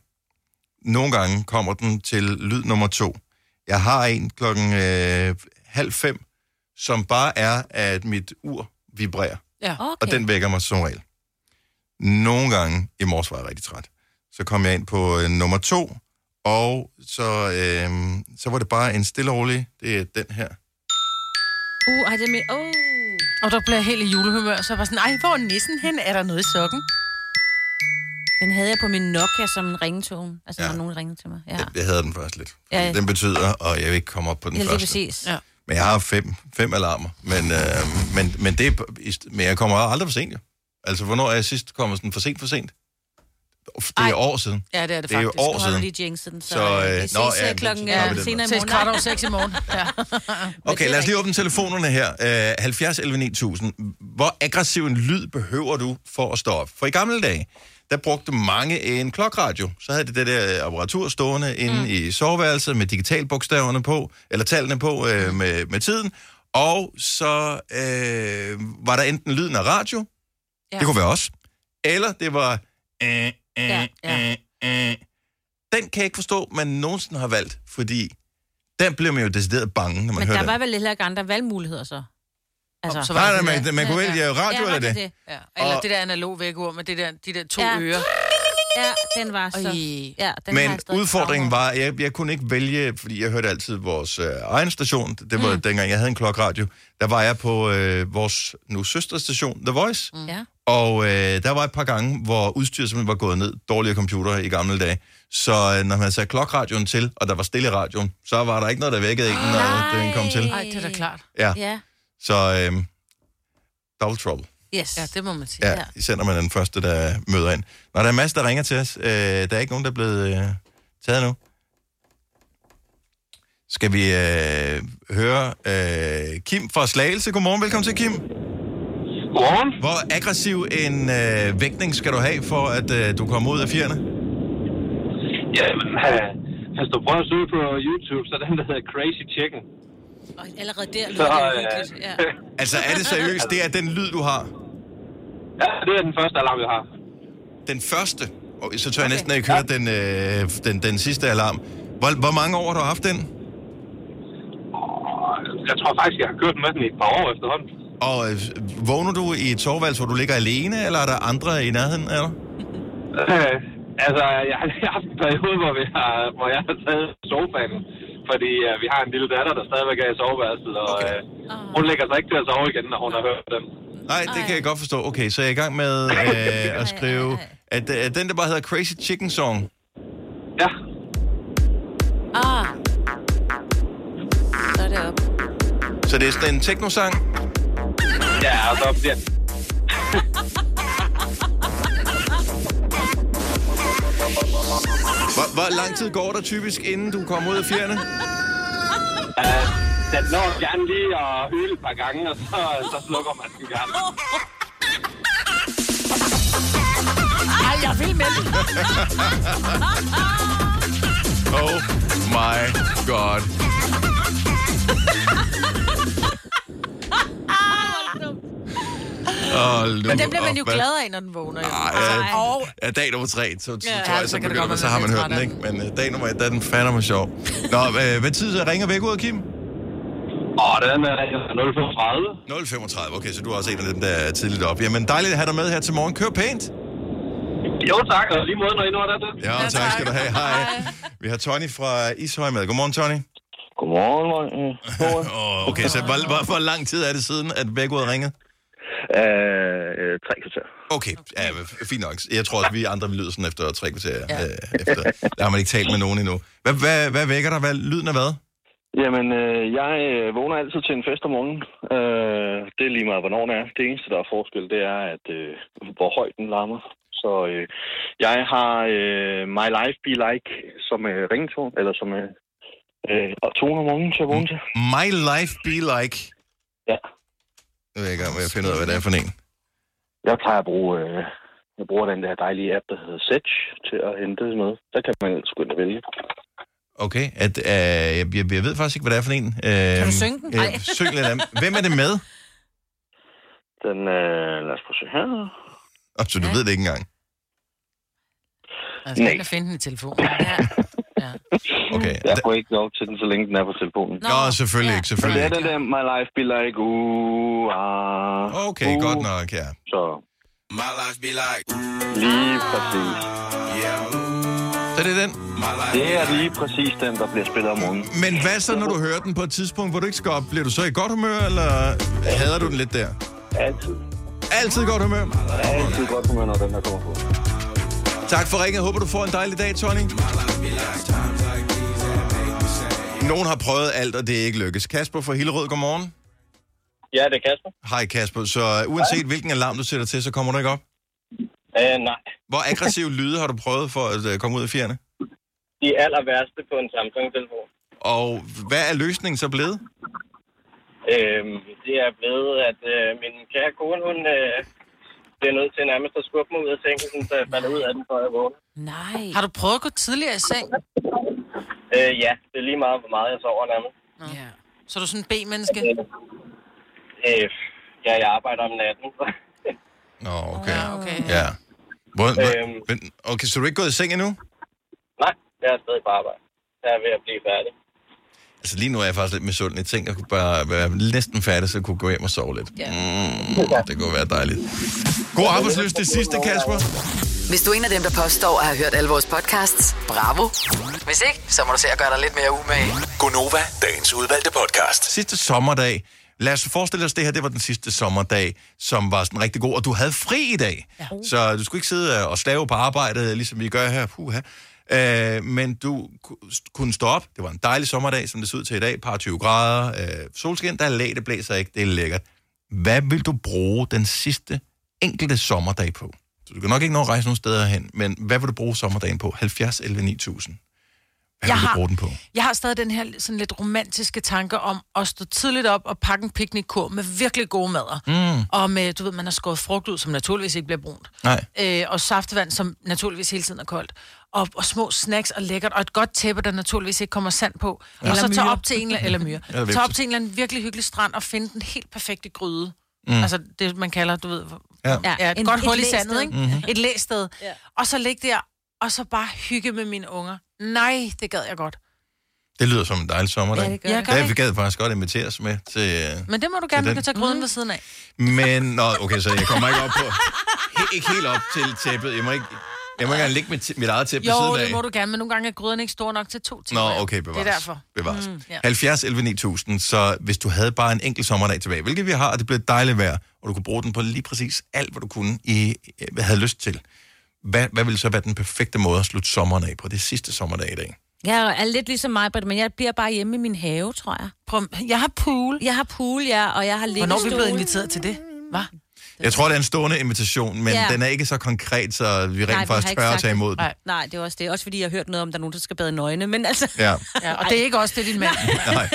Speaker 1: Nogle gange kommer den til lyd nummer to. Jeg har en klokken øh, halv fem, som bare er, at mit ur vibrerer.
Speaker 3: Ja.
Speaker 1: Okay. Og den vækker mig som regel. Nogle gange i morges var jeg rigtig træt. Så kom jeg ind på øh, nummer to, og så, øh, så var det bare en stille og rolig. Det er den her.
Speaker 4: Uh, ej, det er med... Oh.
Speaker 3: Og der blev jeg helt i julehumør, så jeg var sådan, ej, hvor er nissen hen? Er der noget i sokken?
Speaker 4: Den havde jeg på min Nokia som en ringetone. Altså, ja. når nogen ringede til mig. Ja,
Speaker 1: Jeg havde den først lidt.
Speaker 4: Ja,
Speaker 1: Ja.
Speaker 4: ja.
Speaker 1: Den betyder, og jeg vil ikke komme op på den
Speaker 4: ja lige
Speaker 1: første.
Speaker 4: præcis. Ja.
Speaker 1: Men jeg har fem, fem alarmer. Men, øh, men, men, det, er på- i st- men jeg kommer aldrig for sent, jo. Altså, hvornår er jeg sidst kommet sådan for sent for sent? Det er
Speaker 4: Ej.
Speaker 1: år siden.
Speaker 3: Ja, det er det
Speaker 1: Det er jo
Speaker 3: faktisk.
Speaker 1: år
Speaker 4: Nu har du
Speaker 1: siden.
Speaker 4: lige jinxet den, så,
Speaker 1: Så, øh,
Speaker 4: så øh, vi ses
Speaker 1: nå, ja,
Speaker 4: øh,
Speaker 1: men
Speaker 4: klokken
Speaker 1: så tager vi
Speaker 4: øh,
Speaker 1: den
Speaker 4: senere i
Speaker 3: Ses
Speaker 4: morgen.
Speaker 3: kvart over seks i morgen. Ja.
Speaker 1: Okay, lad os lige åbne telefonerne her. Uh, 70 11 9000. Hvor aggressiv en lyd behøver du for at stå op? For i gamle dage, der brugte mange en klokradio. Så havde det det der øh, apparatur stående inde mm. i soveværelset med digitalbogstaverne på, eller tallene på
Speaker 4: Mm.
Speaker 1: øh, med, med tiden. Og så øh, var der enten lyden af radio, ja. det kunne være os, eller det var... Øh, øh, ja,
Speaker 4: Ja,
Speaker 1: ja.
Speaker 4: ja.
Speaker 1: Øh, øh. Den kan jeg ikke forstå, man nogensinde har valgt, fordi den bliver man jo decideret bange, når man
Speaker 4: Men
Speaker 1: hører
Speaker 4: der
Speaker 1: den.
Speaker 4: var vel heller ikke andre valgmuligheder så. Altså,
Speaker 1: så var Nej, det nej, den man- der- man kunne vælge radio eller det.
Speaker 3: Ja. Eller
Speaker 1: Og-
Speaker 3: det der analog vækord med det der, de der to
Speaker 4: Ja.
Speaker 3: ja. ører.
Speaker 4: Ja, den var så.
Speaker 3: Ej.
Speaker 4: Ja, den har jeg
Speaker 1: Men
Speaker 4: stadig
Speaker 1: udfordringen
Speaker 4: traumer.
Speaker 1: var, at jeg, jeg kunne ikke vælge, fordi jeg hørte altid vores øh, egen station. Det var mm. dengang, jeg havde en klokradio. Der var jeg på øh, vores nu søsterstation, The Voice. Mm.
Speaker 4: Ja.
Speaker 1: Og øh, der var et par gange, hvor udstyret simpelthen var gået ned. Dårligere computere i gamle dage. Så øh, når man satte klokradioen til, og der var stille i radioen, så var der ikke noget, der vækkede en, når den kom til.
Speaker 3: Ej, det er da klart.
Speaker 1: Ja,
Speaker 4: Ja,
Speaker 1: så øh, double trouble.
Speaker 4: yes.
Speaker 3: Ja, det må man sige.
Speaker 1: Ja,
Speaker 4: Ja.
Speaker 1: især når man er den første, der møder ind. Nå, der er masser, der ringer til os. Øh, der er ikke nogen, der er blevet øh, taget nu. Skal vi øh, høre øh, Kim fra Slagelse. Godmorgen, velkommen til Kim.
Speaker 13: Godmorgen.
Speaker 1: Hvor aggressiv en øh, vægtning skal du have, for at øh, du kommer ud af fjerne?
Speaker 13: Jamen, øh, hvis du prøver at søge på YouTube, så er den, der hedder Crazy Chicken.
Speaker 4: Og allerede der
Speaker 13: Så,
Speaker 4: lyder det
Speaker 13: øh,
Speaker 4: hyggeligt. Ja.
Speaker 1: Altså, er det seriøst? Det er den lyd, du har.
Speaker 13: Ja, det er den første alarm, jeg har.
Speaker 1: Den første. Og så tør jeg næsten ikke høre den, øh, den, den sidste alarm. Hvor, hvor mange år har du haft den?
Speaker 13: Og jeg tror faktisk, jeg har kørt med den i et par år efterhånden.
Speaker 1: Og øh, vågner du i et soveværelse, hvor du ligger alene, eller er der andre i nærheden af dig?
Speaker 13: Øh, altså, jeg har jeg har haft en periode, hvor, vi har, hvor jeg har taget sofaen, fordi øh, vi har en lille datter, der stadigvæk er i soveværelset, og øh, hun lægger sig ikke til at sove igen, når hun har hørt den.
Speaker 1: Nej, det kan jeg godt forstå. Okay, så jeg er i gang med øh, at skrive, at, at den der bare hedder Crazy Chicken Song.
Speaker 13: Ja,
Speaker 4: Ah. Så er det op.
Speaker 1: Så det er sådan en teknosang.
Speaker 13: ja, og så bliver
Speaker 1: Hvor, hvor lang tid går der typisk, inden du kommer ud af fjerne?
Speaker 13: øh, den når gerne lige at hyle et par gange, og så, øh, så slukker man den gerne.
Speaker 3: Ej, jeg vil med det.
Speaker 1: Oh my god. Hold nu
Speaker 3: Men den bliver man
Speaker 1: op,
Speaker 3: jo
Speaker 1: mand.
Speaker 3: gladere af, når den vågner. jo.
Speaker 1: Ja,
Speaker 3: Og
Speaker 1: ja, dag nummer tre, så, så
Speaker 3: Ja,
Speaker 1: tror jeg,
Speaker 3: så
Speaker 1: så,
Speaker 3: kan det
Speaker 1: begynder
Speaker 3: godt
Speaker 1: man, så
Speaker 3: være,
Speaker 1: har
Speaker 3: man
Speaker 1: man
Speaker 3: bliver
Speaker 1: hørt den, ikke? Men øh, dag nummer et, der er den fatter mig sjov. Nå, øh, hvad tid ringer væk ud, Kim?
Speaker 13: Åh, den er 0,35.
Speaker 1: 0,35, okay, så du er også en af dem, der er tidligt op. Jamen, dejligt at have dig med her til morgen. Kør pænt.
Speaker 13: Jo tak, og lige måde, når I når det.
Speaker 1: Ja, tak, tak skal du have. Hej. Vi har Tony fra Ishøj med. Godmorgen, Tony. Godmorgen. Åh, okay, så hvor, hvor, hvor lang tid er det siden, at Vækord ringede? Øh, tre kvarter. Okay, ja, men fint nok. Jeg tror også, vi andre vi lyder sådan efter tre kvarter. Ja. Øh, efter. Der har man ikke talt med nogen endnu. Hvad, hvad, hvad vækker dig? Hvad, lyden af hvad?
Speaker 14: Jamen, øh, jeg øh, vågner altid til en fest om morgenen. Øh, det er lige meget, hvornår det er. Det eneste, der er forskel, det er, at, øh, hvor højt den larmer. Så øh, jeg har øh, My Life Be Like som øh, ringtone, eller som øh, øh, og tone om morgenen til at
Speaker 1: Mm.
Speaker 14: vågne til.
Speaker 1: My Life Be Like.
Speaker 14: Ja.
Speaker 1: Nu er jeg i gang med at finde ud af, hvad det er for en.
Speaker 14: Jeg plejer at bruge... Øh, jeg bruger den der dejlige app, der hedder Sedge, til at hente med. Der kan man ellers gå ind og vælge.
Speaker 1: Okay, at, øh, jeg, jeg, jeg ved faktisk ikke, hvad det er for en. Øh, kan
Speaker 14: du synge den? Nej.
Speaker 1: Øh, syng lidt af den. Hvem er det med?
Speaker 14: Den, øh, lad os prøve at se her.
Speaker 1: Oh, så du ja. ved det ikke engang.
Speaker 3: Altså, jeg skal
Speaker 14: Nej.
Speaker 3: ikke finde den i telefonen. Ja.
Speaker 1: Okay.
Speaker 14: Jeg får ikke lov til den, så længe den er på telefonen.
Speaker 1: Nå, Nå selvfølgelig ja. ikke, selvfølgelig
Speaker 14: Men det er den der, my life be like, uh, ah,
Speaker 1: Okay,
Speaker 14: uh.
Speaker 1: godt nok, ja.
Speaker 14: Så
Speaker 1: My life be like. ah,
Speaker 14: lige præcis.
Speaker 1: Så det er den?
Speaker 14: Det er lige præcis den, der bliver spillet om morgenen.
Speaker 1: Men hvad så, når du hører den på et tidspunkt, hvor du ikke skal op? Bliver du så i godt humør, eller hader du den lidt der?
Speaker 14: Altid.
Speaker 1: Altid i godt humør?
Speaker 14: Altid godt humør, når den her kommer på.
Speaker 1: Tak for ringet. Håber, du får en dejlig dag, Tony. Nogen har prøvet alt, og det er ikke lykkes. Kasper fra Hillerød, godmorgen.
Speaker 15: Ja, det er Kasper.
Speaker 1: Hej Kasper. Så øh, uanset hvilken alarm du sætter til, så kommer du ikke op?
Speaker 15: Øh, nej,
Speaker 1: Hvor aggressive lyde har du prøvet for at øh, komme ud af fjerne?
Speaker 15: de aller værste på en Samsung-telefon.
Speaker 1: Og hvad er løsningen så blevet?
Speaker 15: Øhm, det er blevet, at øh, min kære kone, hun øh, bliver nødt til nærmest at skubbe mig ud af sengen, sådan, så jeg falder ud af den, før jeg vågner.
Speaker 3: Nej. Har du prøvet at gå tidligere i seng?
Speaker 15: Øh, ja, det er lige meget, hvor meget jeg sover nærmest.
Speaker 3: Nå. Ja. Så er du sådan en B-menneske?
Speaker 15: Øh, ja, jeg arbejder om natten. så
Speaker 1: Nå, okay. Ja, okay. Ja. Hvor, øhm. men, okay, så du er ikke gået i seng endnu?
Speaker 15: nej, jeg er stadig på arbejde. Jeg er ved at blive færdig.
Speaker 1: Altså lige nu er jeg faktisk lidt misundelig. Jeg tænker, jeg kunne bare være næsten færdig, så jeg kunne gå hjem og sove lidt.
Speaker 15: Ja.
Speaker 1: Mm, det kunne være dejligt. God arbejdsløs det sidste, Kasper.
Speaker 5: Hvis du er en af dem, der påstår at have hørt alle vores podcasts, bravo. Hvis ikke, så må du se at gøre dig lidt mere umage.
Speaker 6: Gonova, dagens udvalgte podcast.
Speaker 1: Sidste sommerdag. Lad os forestille os, det her det var den sidste sommerdag, som var sådan rigtig god, og du havde fri i dag. Ja. Så du skulle ikke sidde øh, og slave på arbejdet, ligesom vi gør her. Puha. Øh, men du ku- kunne stå op. Det var en dejlig sommerdag, som det ser ud til i dag. Par 20 grader. Øh, solskin, der er lag, det blæser ikke. Det er lækkert. Hvad vil du bruge den sidste enkelte sommerdag på? Så du kan nok ikke nå at rejse nogen steder hen, men hvad vil du bruge sommerdagen på? 70 11 9000. Hvad
Speaker 3: Jeg
Speaker 1: vil du
Speaker 3: har-
Speaker 1: bruge den på?
Speaker 3: Jeg har stadig den her sådan lidt romantiske tanke om at stå tidligt op og pakke en piknikkur med virkelig gode mader.
Speaker 1: Mm.
Speaker 3: Og med, du ved, man har skåret frugt ud, som naturligvis ikke bliver brunt.
Speaker 1: Nej.
Speaker 3: Øh, og saftvand, som naturligvis hele tiden er koldt. Og, og små snacks og lækkert, og et godt tæppe, der naturligvis ikke kommer sand på.
Speaker 1: Ja.
Speaker 3: Ja. Og så
Speaker 1: Eller
Speaker 3: tage
Speaker 1: myrer.
Speaker 3: op til en eller, eller myre.
Speaker 1: Eller
Speaker 3: tage op
Speaker 1: hvepse.
Speaker 3: til en eller anden virkelig hyggelig strand og finde den helt perfekte gryde.
Speaker 4: Mm.
Speaker 3: Mm. Altså det, man kalder, du ved,
Speaker 1: Ja.
Speaker 3: ja. Ja, et
Speaker 4: En-
Speaker 3: en, godt
Speaker 4: et
Speaker 3: et hul i
Speaker 4: læsted.
Speaker 3: sandet, ikke?
Speaker 4: Mhm.
Speaker 3: Mm. Et læsted. Ja. Og så ligge der, og så bare hygge med mine unger. Nej, det gad jeg godt.
Speaker 1: Det lyder som en dejlig sommerdag.
Speaker 3: Ja, det gør det.
Speaker 1: Ja, vi gad faktisk godt inviteres med til...
Speaker 3: Men det må du
Speaker 1: til
Speaker 3: gerne, du
Speaker 1: den.
Speaker 3: kan tage gryden mm. ved siden af.
Speaker 1: Men, nå, okay, så jeg kommer ikke op på... He, ikke helt op til tæppet. Jeg må ikke, jeg må ikke engang lægge mit, tæ- mit eget tæppe ved
Speaker 3: Jo,
Speaker 1: siden af.
Speaker 3: det må du gerne, men nogle gange er gryden ikke stor nok til to timer.
Speaker 1: Nå, okay, bevares.
Speaker 3: Det er derfor.
Speaker 1: Bevares.
Speaker 3: Mm, ja.
Speaker 1: 70 11 9000, så hvis du havde bare en enkelt sommerdag tilbage, hvilket vi har, og det blev dejligt vejr, og du kunne bruge den på lige præcis alt, hvad du kunne, i, hvad havde lyst til. Hvad, hvad ville så være den perfekte måde at slutte sommeren af på? Det er sidste sommerdag i dag.
Speaker 4: Jeg er lidt ligesom mig, Britt, men jeg bliver bare hjemme i min have, tror jeg.
Speaker 3: Prøv, jeg har pool.
Speaker 4: Jeg har pool, ja, og jeg har ligget
Speaker 3: Hvornår er vi blevet inviteret til det? Hva?
Speaker 1: Jeg tror, det er en stående invitation, men
Speaker 4: Ja.
Speaker 1: ja. den er ikke så konkret, så vi rent
Speaker 4: Nej,
Speaker 1: Nej,
Speaker 4: har
Speaker 1: faktisk
Speaker 4: ikke
Speaker 1: tør at
Speaker 4: sagt
Speaker 1: tage imod den.
Speaker 4: Nej. Nej, det er også det. Også fordi jeg har hørt noget om, at der er nogen, der skal bade nøgne. Men altså...
Speaker 1: Ja.
Speaker 3: Ja, og det er ikke også det, din mand.
Speaker 1: Nej.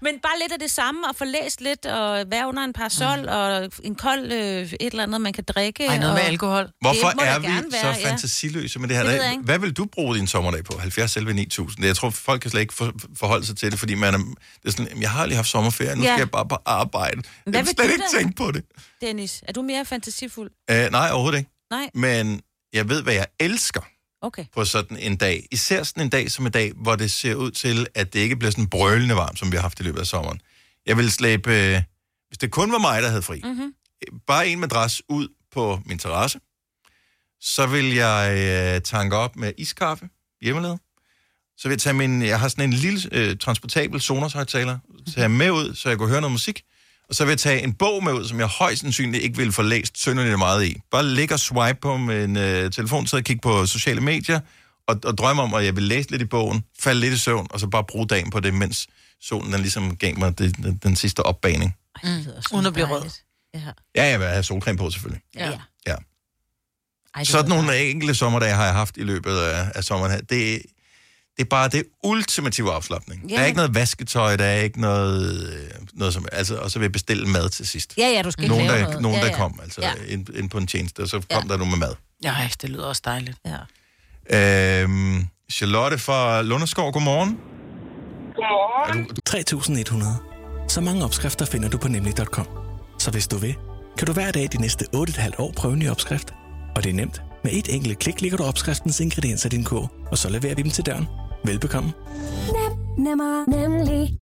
Speaker 4: men bare lidt af det samme, og få læst lidt, og være under en parasol, mm. og en kold øh, et eller andet, man kan drikke.
Speaker 3: Ej, noget
Speaker 4: og...
Speaker 3: med alkohol.
Speaker 1: Hvorfor
Speaker 4: Det må
Speaker 1: er
Speaker 4: der gerne
Speaker 1: vi
Speaker 4: være,
Speaker 1: så
Speaker 4: ja.
Speaker 1: fantasiløse med det her?
Speaker 4: Det ved
Speaker 1: Det
Speaker 4: jeg ikke.
Speaker 1: Hvad vil du bruge din sommerdag på? 70 selv 9000. Jeg tror, folk kan slet ikke for- forholde sig til det, fordi man er, det er sådan, "Jamen, jeg har lige haft sommerferie, nu
Speaker 4: Ja.
Speaker 1: skal jeg bare på arbejde.
Speaker 4: Hvad
Speaker 1: Hvad jeg
Speaker 4: vil
Speaker 1: vil slet
Speaker 4: du
Speaker 1: ikke
Speaker 4: da?
Speaker 1: tænke på det.
Speaker 4: Dennis, er du mere fantasifuld?
Speaker 1: Uh, nej, overhovedet ikke.
Speaker 4: Nej?
Speaker 1: Men jeg ved, hvad jeg elsker
Speaker 4: Okay.
Speaker 1: på sådan en dag. Især sådan en dag som i dag, hvor det ser ud til, at det ikke bliver sådan brølende varmt, som vi har haft i løbet af sommeren. Jeg vil slæbe, øh, hvis det kun var mig, der havde fri, øh,
Speaker 4: Mm-hmm.
Speaker 1: bare en madras ud på min terrasse. Så vil jeg øh, tanke op med iskaffe, hjemmelavet. Så vil jeg tage min, jeg har sådan en lille øh, transportabel Sonos-højtaler, tage med ud, så jeg kunne høre noget musik. Og så vil jeg tage en bog med ud, som jeg højst sandsynligt ikke ville få læst synderligt meget i. Bare ligge og swipe på min øh, telefon, sidde og kigge på sociale medier, og, og drømme om, at jeg vil læse lidt i bogen, falde lidt i søvn, og så bare bruge dagen på det, mens solen den ligesom gav mig det, den, den sidste opbaning.
Speaker 3: Mm. Uden at blive rød.
Speaker 1: Ja, jeg vil have solcreme på selvfølgelig.
Speaker 3: Ja. ja.
Speaker 1: Ja.
Speaker 3: Ej,
Speaker 1: Ej, Sådan nogle enkelte sommerdage har jeg haft i løbet af, af sommeren her. Det, det er bare det ultimative afslappning.
Speaker 4: Ja.
Speaker 1: Yeah. Der er ikke noget vasketøj, der er ikke noget, øh, noget som... Altså, og så vil jeg bestille mad til sidst.
Speaker 4: Ja, ja, du skal ikke
Speaker 1: nogen,
Speaker 4: lave
Speaker 1: der,
Speaker 4: noget.
Speaker 1: Nogen,
Speaker 4: Ja,
Speaker 1: der
Speaker 4: ja.
Speaker 1: kom altså,
Speaker 4: Ja.
Speaker 1: ja. ind, ind på en tjeneste, og så kom ja. der nogen med mad.
Speaker 3: Ja, det lyder også dejligt.
Speaker 4: Ja.
Speaker 1: Øhm, Charlotte fra Lunderskov, godmorgen.
Speaker 9: Godmorgen.
Speaker 8: 3.100. Så mange opskrifter finder du på nemlig.com. Så hvis du vil, kan du hver dag de næste 8,5 år prøve en ny opskrift. Og det er nemt. Med et enkelt klik ligger du opskriftens ingredienser i din kog, og så leverer vi dem til døren. Velbekomme.
Speaker 9: Nem, nemmer, nemlig.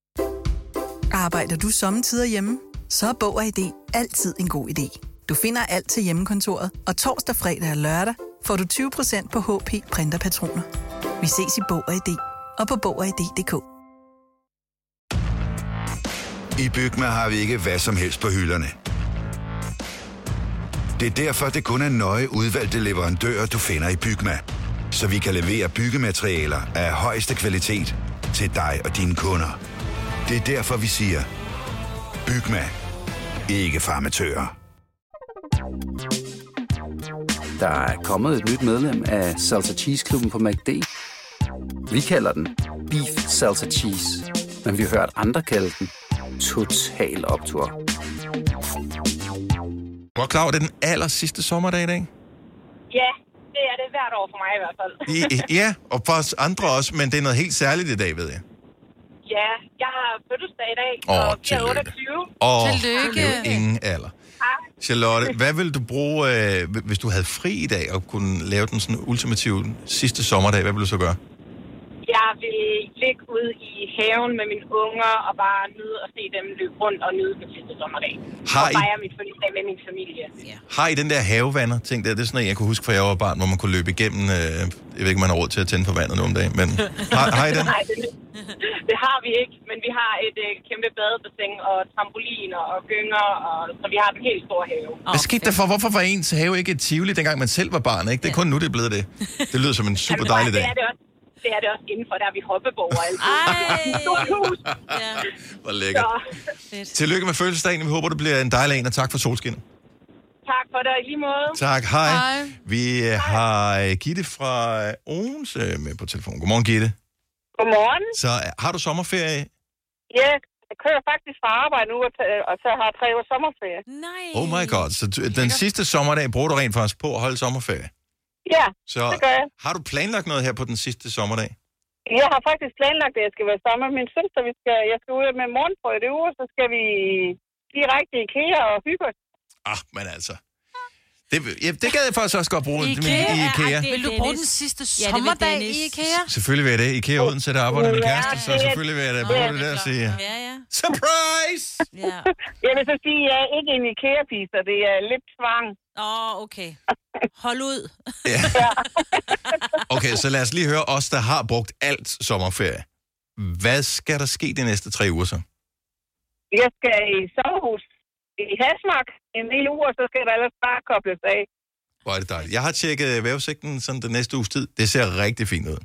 Speaker 10: Arbejder du sommetider hjemme? Så er Bog og ID altid en god idé. Du finder alt til hjemmekontoret, og torsdag, fredag og lørdag får du 20% på HP printerpatroner. Vi ses i Bog og ID og på Bog og ID.dk.
Speaker 16: I Bygma har vi ikke hvad som helst på hylderne. Det er derfor, det kun er nøje udvalgte leverandører, du finder i Bygma. Så vi kan levere byggematerialer af højeste kvalitet til dig og dine kunder. Det er derfor, vi siger, Bygma. Ikke farmatører.
Speaker 12: Der er kommet et nyt medlem af Salsa Cheese Klubben på MACD. Vi kalder den Beef Salsa Cheese, men vi har hørt andre kalde den Total Optor.
Speaker 1: Du er klar over, det er den aller sidste sommerdag i dag?
Speaker 17: Ja, det er det hvert år for mig i hvert fald.
Speaker 1: I, ja, og for os andre også, men det er noget helt særligt i dag, ved jeg.
Speaker 17: ja, jeg har fødselsdag i dag,
Speaker 1: Åh,
Speaker 17: og jeg er
Speaker 1: tillykke.
Speaker 17: 28.
Speaker 1: Og det er jo ingen alder. Charlotte, hvad ville du bruge, øh, hv- hvis du havde fri i dag og kunne lave den sådan ultimative sidste sommerdag? Hvad ville du så gøre?
Speaker 17: Jeg vil ligge ude i haven med mine unger og bare nyde at se dem løbe rundt og nyde den sidste sommerdag.
Speaker 1: Har
Speaker 17: Og
Speaker 1: I-
Speaker 17: fejre mit fødselsdag med min familie. Ja.
Speaker 1: Har I den der havevander ting der? Det er sådan en, jeg kunne huske fra jeg var barn, hvor man kunne løbe igennem. Øh, jeg ved ikke, om man har råd til at tænde for vandet nu om dagen, men har, har I den?
Speaker 17: Nej, det, det har vi ikke, men vi har et øh, kæmpe badebassin og trampoliner og gynger, og, så vi har den helt store have.
Speaker 1: Hvad skete der for? Hvorfor var ens have ikke et tivoli, dengang man selv var barn? Ikke? Det er kun nu, det er blevet det. Det lyder som en super
Speaker 17: Jamen,
Speaker 1: dejlig
Speaker 17: det
Speaker 1: dag.
Speaker 17: er det også. Det er det også indenfor, der er vi hoppeborgere altid. Ej! Stort hus. Ja.
Speaker 1: Hvor lækkert. Tillykke med fødselsdagen. Vi håber, det bliver en dejlig en, og tak for solskinnet.
Speaker 17: Tak for det, og i lige måde.
Speaker 1: Tak, hej. Vi øh, har øh, Gitte fra øh, Odense med på telefon. Godmorgen, Gitte.
Speaker 18: Godmorgen.
Speaker 1: Så øh, har du sommerferie?
Speaker 18: Ja, jeg kører faktisk fra arbejde nu, og, t- og så har tre års sommerferie.
Speaker 4: Nej.
Speaker 1: Oh my god, så du- den sidste sommerdag bruger du rent faktisk på at holde sommerferie.
Speaker 18: Ja,
Speaker 1: Så
Speaker 18: det gør jeg.
Speaker 1: har du planlagt noget her på den sidste sommerdag?
Speaker 18: Jeg har faktisk planlagt, at jeg skal være sammen med min søster. Vi skal, jeg skal ud med morgenfrø det uge, og så skal vi direkte i IKEA og hygge os.
Speaker 1: Ah, men altså. Det, ja, det gad jeg faktisk også godt bruge IKEA. i IKEA.
Speaker 3: Vil du bruge den sidste sommerdag i IKEA?
Speaker 1: Selvfølgelig vil jeg det. IKEA Odense, der arbejder min
Speaker 18: Ja,
Speaker 1: kæreste, så
Speaker 18: det-
Speaker 1: selvfølgelig vil jeg da bruge
Speaker 18: Ja,
Speaker 1: det
Speaker 18: det er
Speaker 1: der og sige.
Speaker 18: Ja, ja.
Speaker 1: Surprise!
Speaker 4: Ja.
Speaker 18: jeg vil så sige, at jeg er ikke en IKEA-pige, så det er lidt tvang.
Speaker 4: Åh, oh, okay. Hold ud.
Speaker 1: Okay, så lad os lige høre os, der har brugt alt sommerferie. Hvad skal der ske de næste tre uger så?
Speaker 18: Jeg skal i sommerhus i Hasmark en del uger, så skal der ellers bare kobles af.
Speaker 1: Hvor er det dejligt. Jeg har tjekket øh, vejrudsigten sådan den næste uges tid. Det ser rigtig fint ud.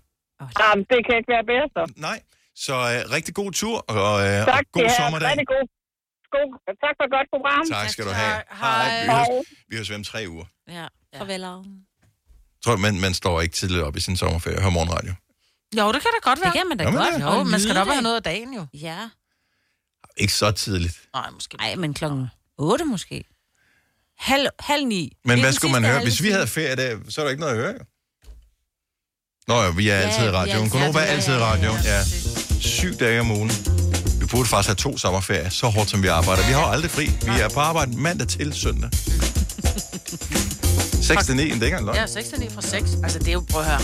Speaker 18: Jamen, det kan ikke være bedre så.
Speaker 1: Nej. Så øh, rigtig god tur og, øh,
Speaker 18: Tak,
Speaker 1: og god
Speaker 18: det er
Speaker 1: sommerdag.
Speaker 18: rigtig god, god, tak for et godt program.
Speaker 1: Tak skal du have.
Speaker 18: Hej.
Speaker 1: Vi har, vi har svømt tre uger.
Speaker 4: Ja, farvel Arven.
Speaker 1: Jeg tror, man, man står ikke tidligt op i sin sommerferie og hører morgenradio.
Speaker 3: Jo, det kan da godt være.
Speaker 4: Det kan man da
Speaker 1: Nå, men
Speaker 4: godt.
Speaker 1: det-
Speaker 4: Jo, man skal da op og
Speaker 3: have
Speaker 4: have
Speaker 3: noget af dagen jo.
Speaker 4: Ja.
Speaker 1: Ikke så tidligt.
Speaker 3: Nej, måske.
Speaker 4: Nej, men klokken 8 måske. Halv, halv ni.
Speaker 1: Men
Speaker 4: Det er
Speaker 1: hvad
Speaker 4: den
Speaker 1: skulle
Speaker 4: sidste
Speaker 1: man høre?
Speaker 4: halve
Speaker 1: Hvis vi
Speaker 4: time.
Speaker 1: havde ferie i dag, så er der ikke noget at høre. jo. Nå ja, vi er altid i
Speaker 4: vi er
Speaker 1: radioen.
Speaker 4: altid-
Speaker 1: Kun over
Speaker 4: ja, det er-
Speaker 1: altid i radioen. Ja. Syv dage om ugen. Vi burde faktisk have to sommerferier, så hårdt som vi arbejder. Vi har aldrig fri. Vi er på arbejde mandag til søndag.
Speaker 4: Mm.
Speaker 1: 6 til 9, det er ikke engang løgn.
Speaker 3: Ja, 6 til 9 fra 6. Altså, det er jo, prøv at høre.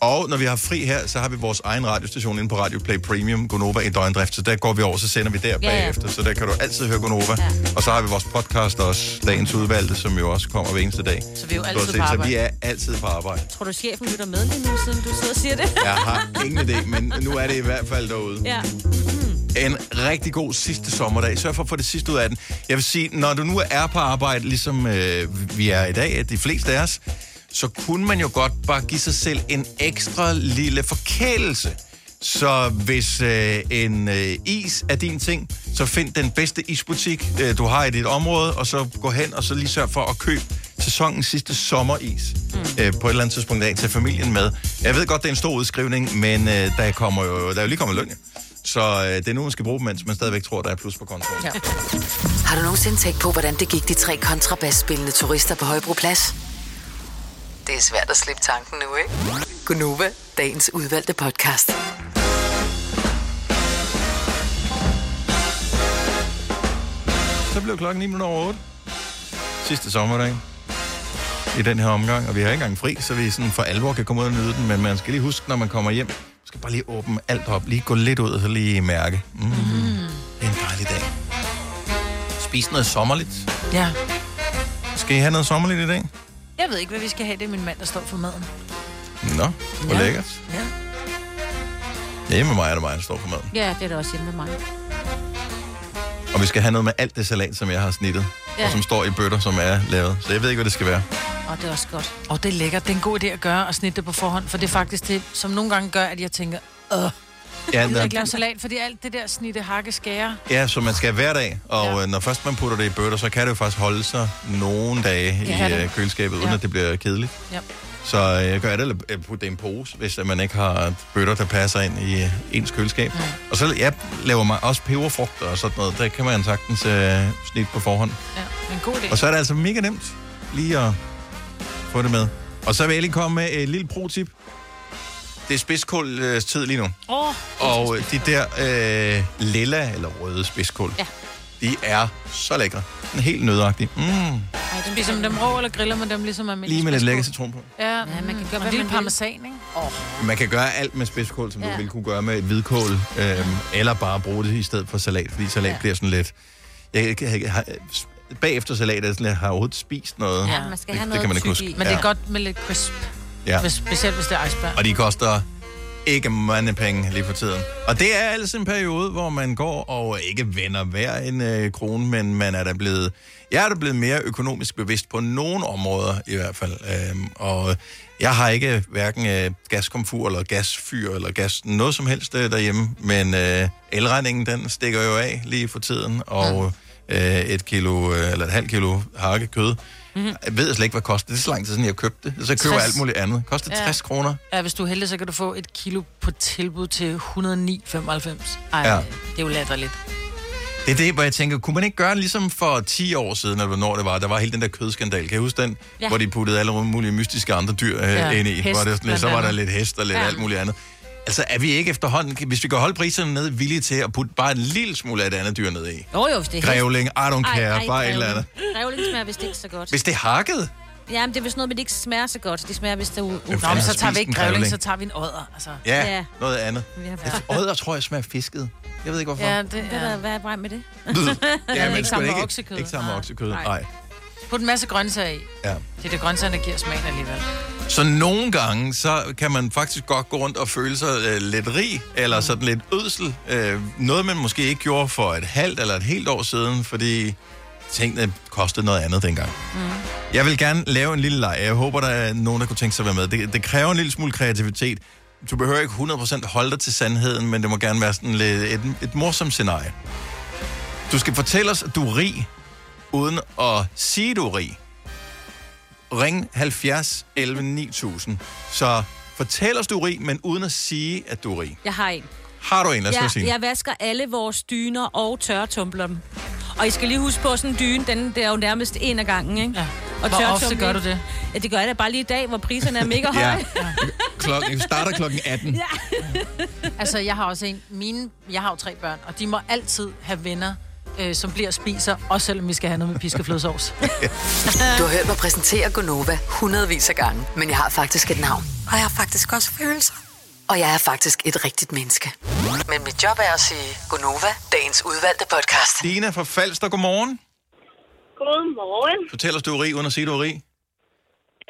Speaker 1: Og når vi har fri her, så har vi vores egen radiostation inde på Radio Play Premium, Gonova i døgndrift. Så der går vi over, så sender vi der
Speaker 19: ja.
Speaker 1: bagefter. Så der kan du altid høre Gonova. Og så har vi vores podcast også, Dagens Udvalgte, som jo også kommer hver eneste dag. Så
Speaker 4: vi er jo altid på
Speaker 1: Så vi
Speaker 4: arbejde.
Speaker 1: er altid på arbejde.
Speaker 4: Tror du, chefen lytter med lige nu, siden du sidder og siger det?
Speaker 1: Jeg har ingen idé, men nu er det i hvert fald derude.
Speaker 4: ja.
Speaker 1: En rigtig god sidste sommerdag. Sørg for at få det sidste ud af den. Jeg vil sige, når du nu er på arbejde, ligesom øh, vi er i dag, de fleste af os, så kunne man jo godt bare give sig selv en ekstra lille forkælelse. Så hvis øh, en øh, is er din ting, så find den bedste isbutik, øh, du har i dit område, og så gå hen og så lige sørg for at købe sæsonens sidste sommeris mm. øh, på et eller andet tidspunkt af til familien med. Jeg ved godt, det er en stor udskrivning, men øh, der, kommer jo, der er jo lige kommet løn, jo. Så øh, det er nu, man skal bruge dem, mens man stadigvæk tror, der er plus på kontoen. Ja.
Speaker 5: Har du nogensinde tænkt på, hvordan det gik de tre kontrabasspillende turister på Højbroplads? Det er svært at slippe tanken nu, ikke? Gunova, dagens udvalgte podcast.
Speaker 1: Så blev klokken 9 minutter over 8. Sidste sommerdag i den her omgang, og vi har ikke engang fri, så vi sådan for alvor kan komme ud og nyde den, men man skal lige huske, når man kommer hjem, man skal bare lige åbne alt op, lige gå lidt ud og så lige mærke. Mm. Mm. Det er en dejlig dag. Spis noget sommerligt.
Speaker 3: Ja.
Speaker 1: Skal I have noget sommerligt i dag?
Speaker 3: Jeg ved ikke, hvad vi skal have. Det er min mand, der står for maden.
Speaker 1: Nå, hvor ja. lækkert.
Speaker 3: Ja.
Speaker 1: Det er med mig, er det mig, der står for maden.
Speaker 4: ja, det er da også hjemme med mig.
Speaker 1: Og vi skal have noget med alt det salat, som jeg har snittet, ja.
Speaker 3: Ja.
Speaker 1: og som står i bøtter, som er lavet. Så jeg ved ikke, hvad det skal være.
Speaker 3: Og det er også godt. Og det er lækkert. Det er en god idé at gøre og snitte det på forhånd, for det er faktisk det, som nogle gange gør, at jeg tænker, åh, ja, jeg gider
Speaker 1: der-
Speaker 3: ikke lave salat, fordi alt det der snitte, hakke, skære.
Speaker 1: Ja, så man skal hver dag, og ja. når først man putter det i bøtter, så kan det jo faktisk holde sig nogle dage
Speaker 3: Ja,
Speaker 1: i
Speaker 3: det-
Speaker 1: øh, køleskabet, uden
Speaker 3: ja.
Speaker 1: at det bliver kedeligt.
Speaker 3: Ja.
Speaker 1: Så jeg gør det, eller øh, putte det i en pose, hvis at man ikke har bøtter, der passer ind i øh, ens køleskab. Mm. Og så jeg laver mig også peberfrugter og sådan noget. Der kan man sagtens øh, snit på forhånd.
Speaker 3: Ja, en god idé.
Speaker 1: Og så er det altså mega nemt lige at få det med. Og så vil jeg lige komme med et lille pro-tip. Det er spidskål øh, tid lige nu.
Speaker 3: Åh,
Speaker 1: Og øh, de der øh, lilla eller røde spidskål, ja. de er så lækre. Sådan helt nødagtige. Mm.
Speaker 3: oh, spiser man dem rå, eller griller man dem ligesom almindelig
Speaker 1: Lige med lidt
Speaker 3: spidsbrød?
Speaker 1: lækker citron på.
Speaker 3: Ja, Mm. ja, man kan gøre,
Speaker 4: hvad
Speaker 3: en lille
Speaker 4: man vil.
Speaker 3: parmesan, ikke? Oh.
Speaker 1: Man kan gøre alt med spidskål, som ja.
Speaker 3: Ja.
Speaker 1: du ville kunne gøre med et hvidkål. Øhm, eller bare bruge det i stedet for salat, fordi salat ja. bliver sådan lidt... Jeg, jeg, jeg, har, bagefter salat er det sådan, lidt, har jeg overhovedet spist noget.
Speaker 3: Ja, man skal
Speaker 1: det,
Speaker 3: have
Speaker 1: det
Speaker 3: noget
Speaker 1: kan man ikke
Speaker 3: tyk
Speaker 1: huske.
Speaker 3: i. Men det er godt med lidt crisp,
Speaker 1: Ja.
Speaker 3: hvis, specielt hvis det er iceberg.
Speaker 1: Og de koster ikke mange penge lige for tiden. Og det er altså en periode, hvor man går og ikke vender hver en øh, krone, men man er da blevet, jeg er da blevet mere økonomisk bevidst på nogle områder i hvert fald. Øhm, og jeg har ikke hverken øh, gaskomfur eller gasfyr eller gas noget som helst øh, derhjemme, men øh, elregningen den stikker jo af lige for tiden, og øh, et kilo øh, eller et halvt kilo hakkekød, mm-hmm. jeg ved slet ikke, hvad det koster. Det er så lang tid siden, jeg købte det. Så jeg køber jeg
Speaker 3: 60.
Speaker 1: alt muligt andet. Koster
Speaker 3: Ja.
Speaker 1: 60 kroner.
Speaker 3: Ja, hvis du er heldig, så kan du få et kilo på tilbud til 109,95. Ej,
Speaker 1: Ja.
Speaker 3: ja. det er jo latterligt.
Speaker 1: Det er det, hvor jeg tænker, kunne man ikke gøre det ligesom for 10 år siden, eller hvornår det var, der var hele den der kødskandal. Kan I huske den?
Speaker 3: Ja.
Speaker 1: Ja. Hvor de puttede alle mulige mystiske andre dyr øh,
Speaker 3: Ja,
Speaker 1: ja. ind i.
Speaker 3: hest
Speaker 1: Hest, det sådan, lidt- så
Speaker 3: blandt
Speaker 1: var der
Speaker 3: andet.
Speaker 1: lidt hest og lidt
Speaker 3: Ja.
Speaker 1: ja. alt muligt andet. Altså, er vi ikke efterhånden, hvis vi kan holde priserne nede, villige til at putte bare en lille smule af et andet dyr ned i?
Speaker 4: Jo, jo, hvis det er helt-
Speaker 1: Grævling, I don't care,
Speaker 4: Ej, ej,
Speaker 1: bare et eller andet.
Speaker 4: grævling. Grævling smager vist ikke så godt.
Speaker 1: Hvis det er hakket,
Speaker 4: Ja, men det er vist noget, men det ikke smager så godt. Det smager vist... Uh, uh.
Speaker 1: fanden Nå, men har så tager spist vi ikke en grævling, grævling? så
Speaker 3: tager vi en ådder. Altså.
Speaker 1: ja, ja. noget andet.
Speaker 4: Vi har
Speaker 1: Ja. Ådder tror jeg smager fisket. Jeg ved ikke, hvorfor.
Speaker 3: Ja,
Speaker 1: Ja,
Speaker 3: det
Speaker 4: Det
Speaker 3: er...
Speaker 4: der, hvad er vejen med det?
Speaker 1: ja, men
Speaker 3: ikke
Speaker 1: ikke
Speaker 3: sammen
Speaker 1: sammen
Speaker 3: med
Speaker 1: ikke,
Speaker 3: oksekød.
Speaker 1: Ikke sammen med oksekød,
Speaker 3: Nej.
Speaker 1: nej.
Speaker 3: Put en masse grøntsager i.
Speaker 1: Ja.
Speaker 3: Det er det grøntsagerne, der giver smagen alligevel.
Speaker 1: Så nogle gange, så kan man faktisk godt gå rundt og føle sig øh, lidt rig, eller sådan lidt ødsel. Øh, noget, man måske ikke gjorde for et halvt eller et helt år siden, fordi tingene kostede noget andet dengang. Mm. Jeg vil gerne lave en lille leg. Jeg håber, der er nogen, der kunne tænke sig at være med. Det, det kræver en lille smule kreativitet. Du behøver ikke 100% holde dig til sandheden, men det må gerne være sådan lidt et, et morsomt scenarie. Du skal fortælle os, at du er rig, uden at sige, du er rig. Ring 70 11 9000. Så fortæl os, du er rig, men uden at sige, at du er rig.
Speaker 4: Jeg har en.
Speaker 1: Har du en, lad os ja,
Speaker 4: jeg,
Speaker 1: sige?
Speaker 4: jeg vasker alle vores dyner og tørretumbler dem. Og I skal lige huske på sådan en dyne, den det er jo nærmest en af gangen, ikke? Ja. Og
Speaker 3: Hvor ofte
Speaker 4: tørretumbling-
Speaker 3: gør du det?
Speaker 4: Ja, det gør jeg da bare lige i dag, hvor priserne er mega
Speaker 1: Ja.
Speaker 4: høje.
Speaker 1: Klokken starter klokken 18. Ja.
Speaker 3: Altså, jeg har også en. Mine, jeg har jo tre børn, og de må altid have venner, øh, som bliver og spiser, også selvom vi skal have noget med piskeflødesovs.
Speaker 5: Du har hørt mig præsentere Gonova hundredvis af gange, men jeg har faktisk et navn. Og jeg har faktisk også følelser. Og jeg er faktisk et rigtigt menneske. Men mit job er at sige Gonova, dagens udvalgte podcast.
Speaker 1: Dina fra Falster, godmorgen.
Speaker 19: Godmorgen.
Speaker 1: Fortæl os, du er rig, uden at sige, du er rig.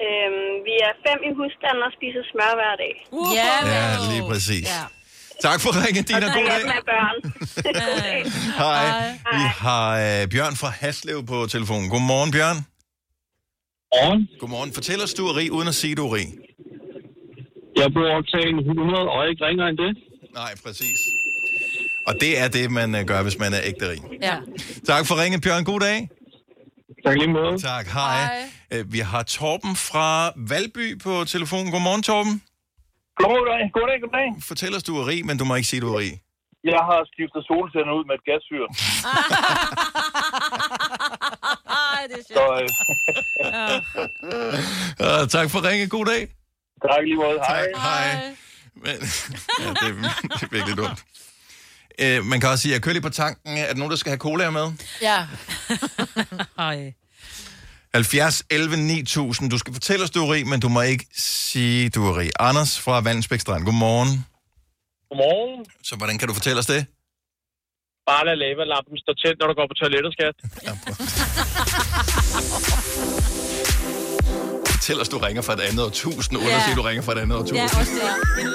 Speaker 19: Øhm, vi er fem i husstanden og spiser smør hver dag.
Speaker 1: Ja, Ja, lige præcis. Ja. Tak for ringen, Dina. God dag.
Speaker 19: med børn.
Speaker 1: Hej. Vi har øh, Bjørn fra Haslev på telefonen. Godmorgen, Bjørn.
Speaker 20: Godmorgen.
Speaker 1: Godmorgen. Fortæl os, du er rig, uden at sige, du er rig.
Speaker 20: Jeg bruger oktagen 100 og ikke ringere end det.
Speaker 1: Nej, præcis. Og det er det, man øh, gør, hvis man er ægte rig.
Speaker 3: Ja.
Speaker 1: Tak for ringen, Bjørn. God dag.
Speaker 20: Tak lige måde.
Speaker 1: Tak. Hej. Hej. Vi har Torben fra Valby på telefonen. Godmorgen, Torben.
Speaker 21: Goddag, goddag, goddag.
Speaker 1: Fortæl os, du er rig, men du må ikke sige, du er rig.
Speaker 21: Jeg har skiftet solceller ud med et gasfyr.
Speaker 4: Ej, det er
Speaker 21: Så, øh,
Speaker 1: Uh, tak for ringen. God dag.
Speaker 21: tak lige måde. Hej.
Speaker 1: Hej. Men, ja, det, er, det er virkelig dumt. Uh, man kan også sige, at jeg kører lige på tanken. Er der nogen, der skal have cola med?
Speaker 3: ja.
Speaker 4: Ej.
Speaker 1: 70 11 9000. Du skal fortælle os, du er rig, men du må ikke sige, du er rig. Anders fra Vandsbæk Strand. Godmorgen.
Speaker 20: Godmorgen.
Speaker 1: Så hvordan kan du fortælle os det?
Speaker 20: Bare lad lavalappen stå tæt, når du går på toilettet, skat.
Speaker 1: Fortæl os, du ringer fra et andet årtusind, uden at
Speaker 20: Ja.
Speaker 1: sige, du ringer fra et andet årtusind.
Speaker 4: Ja, også det. En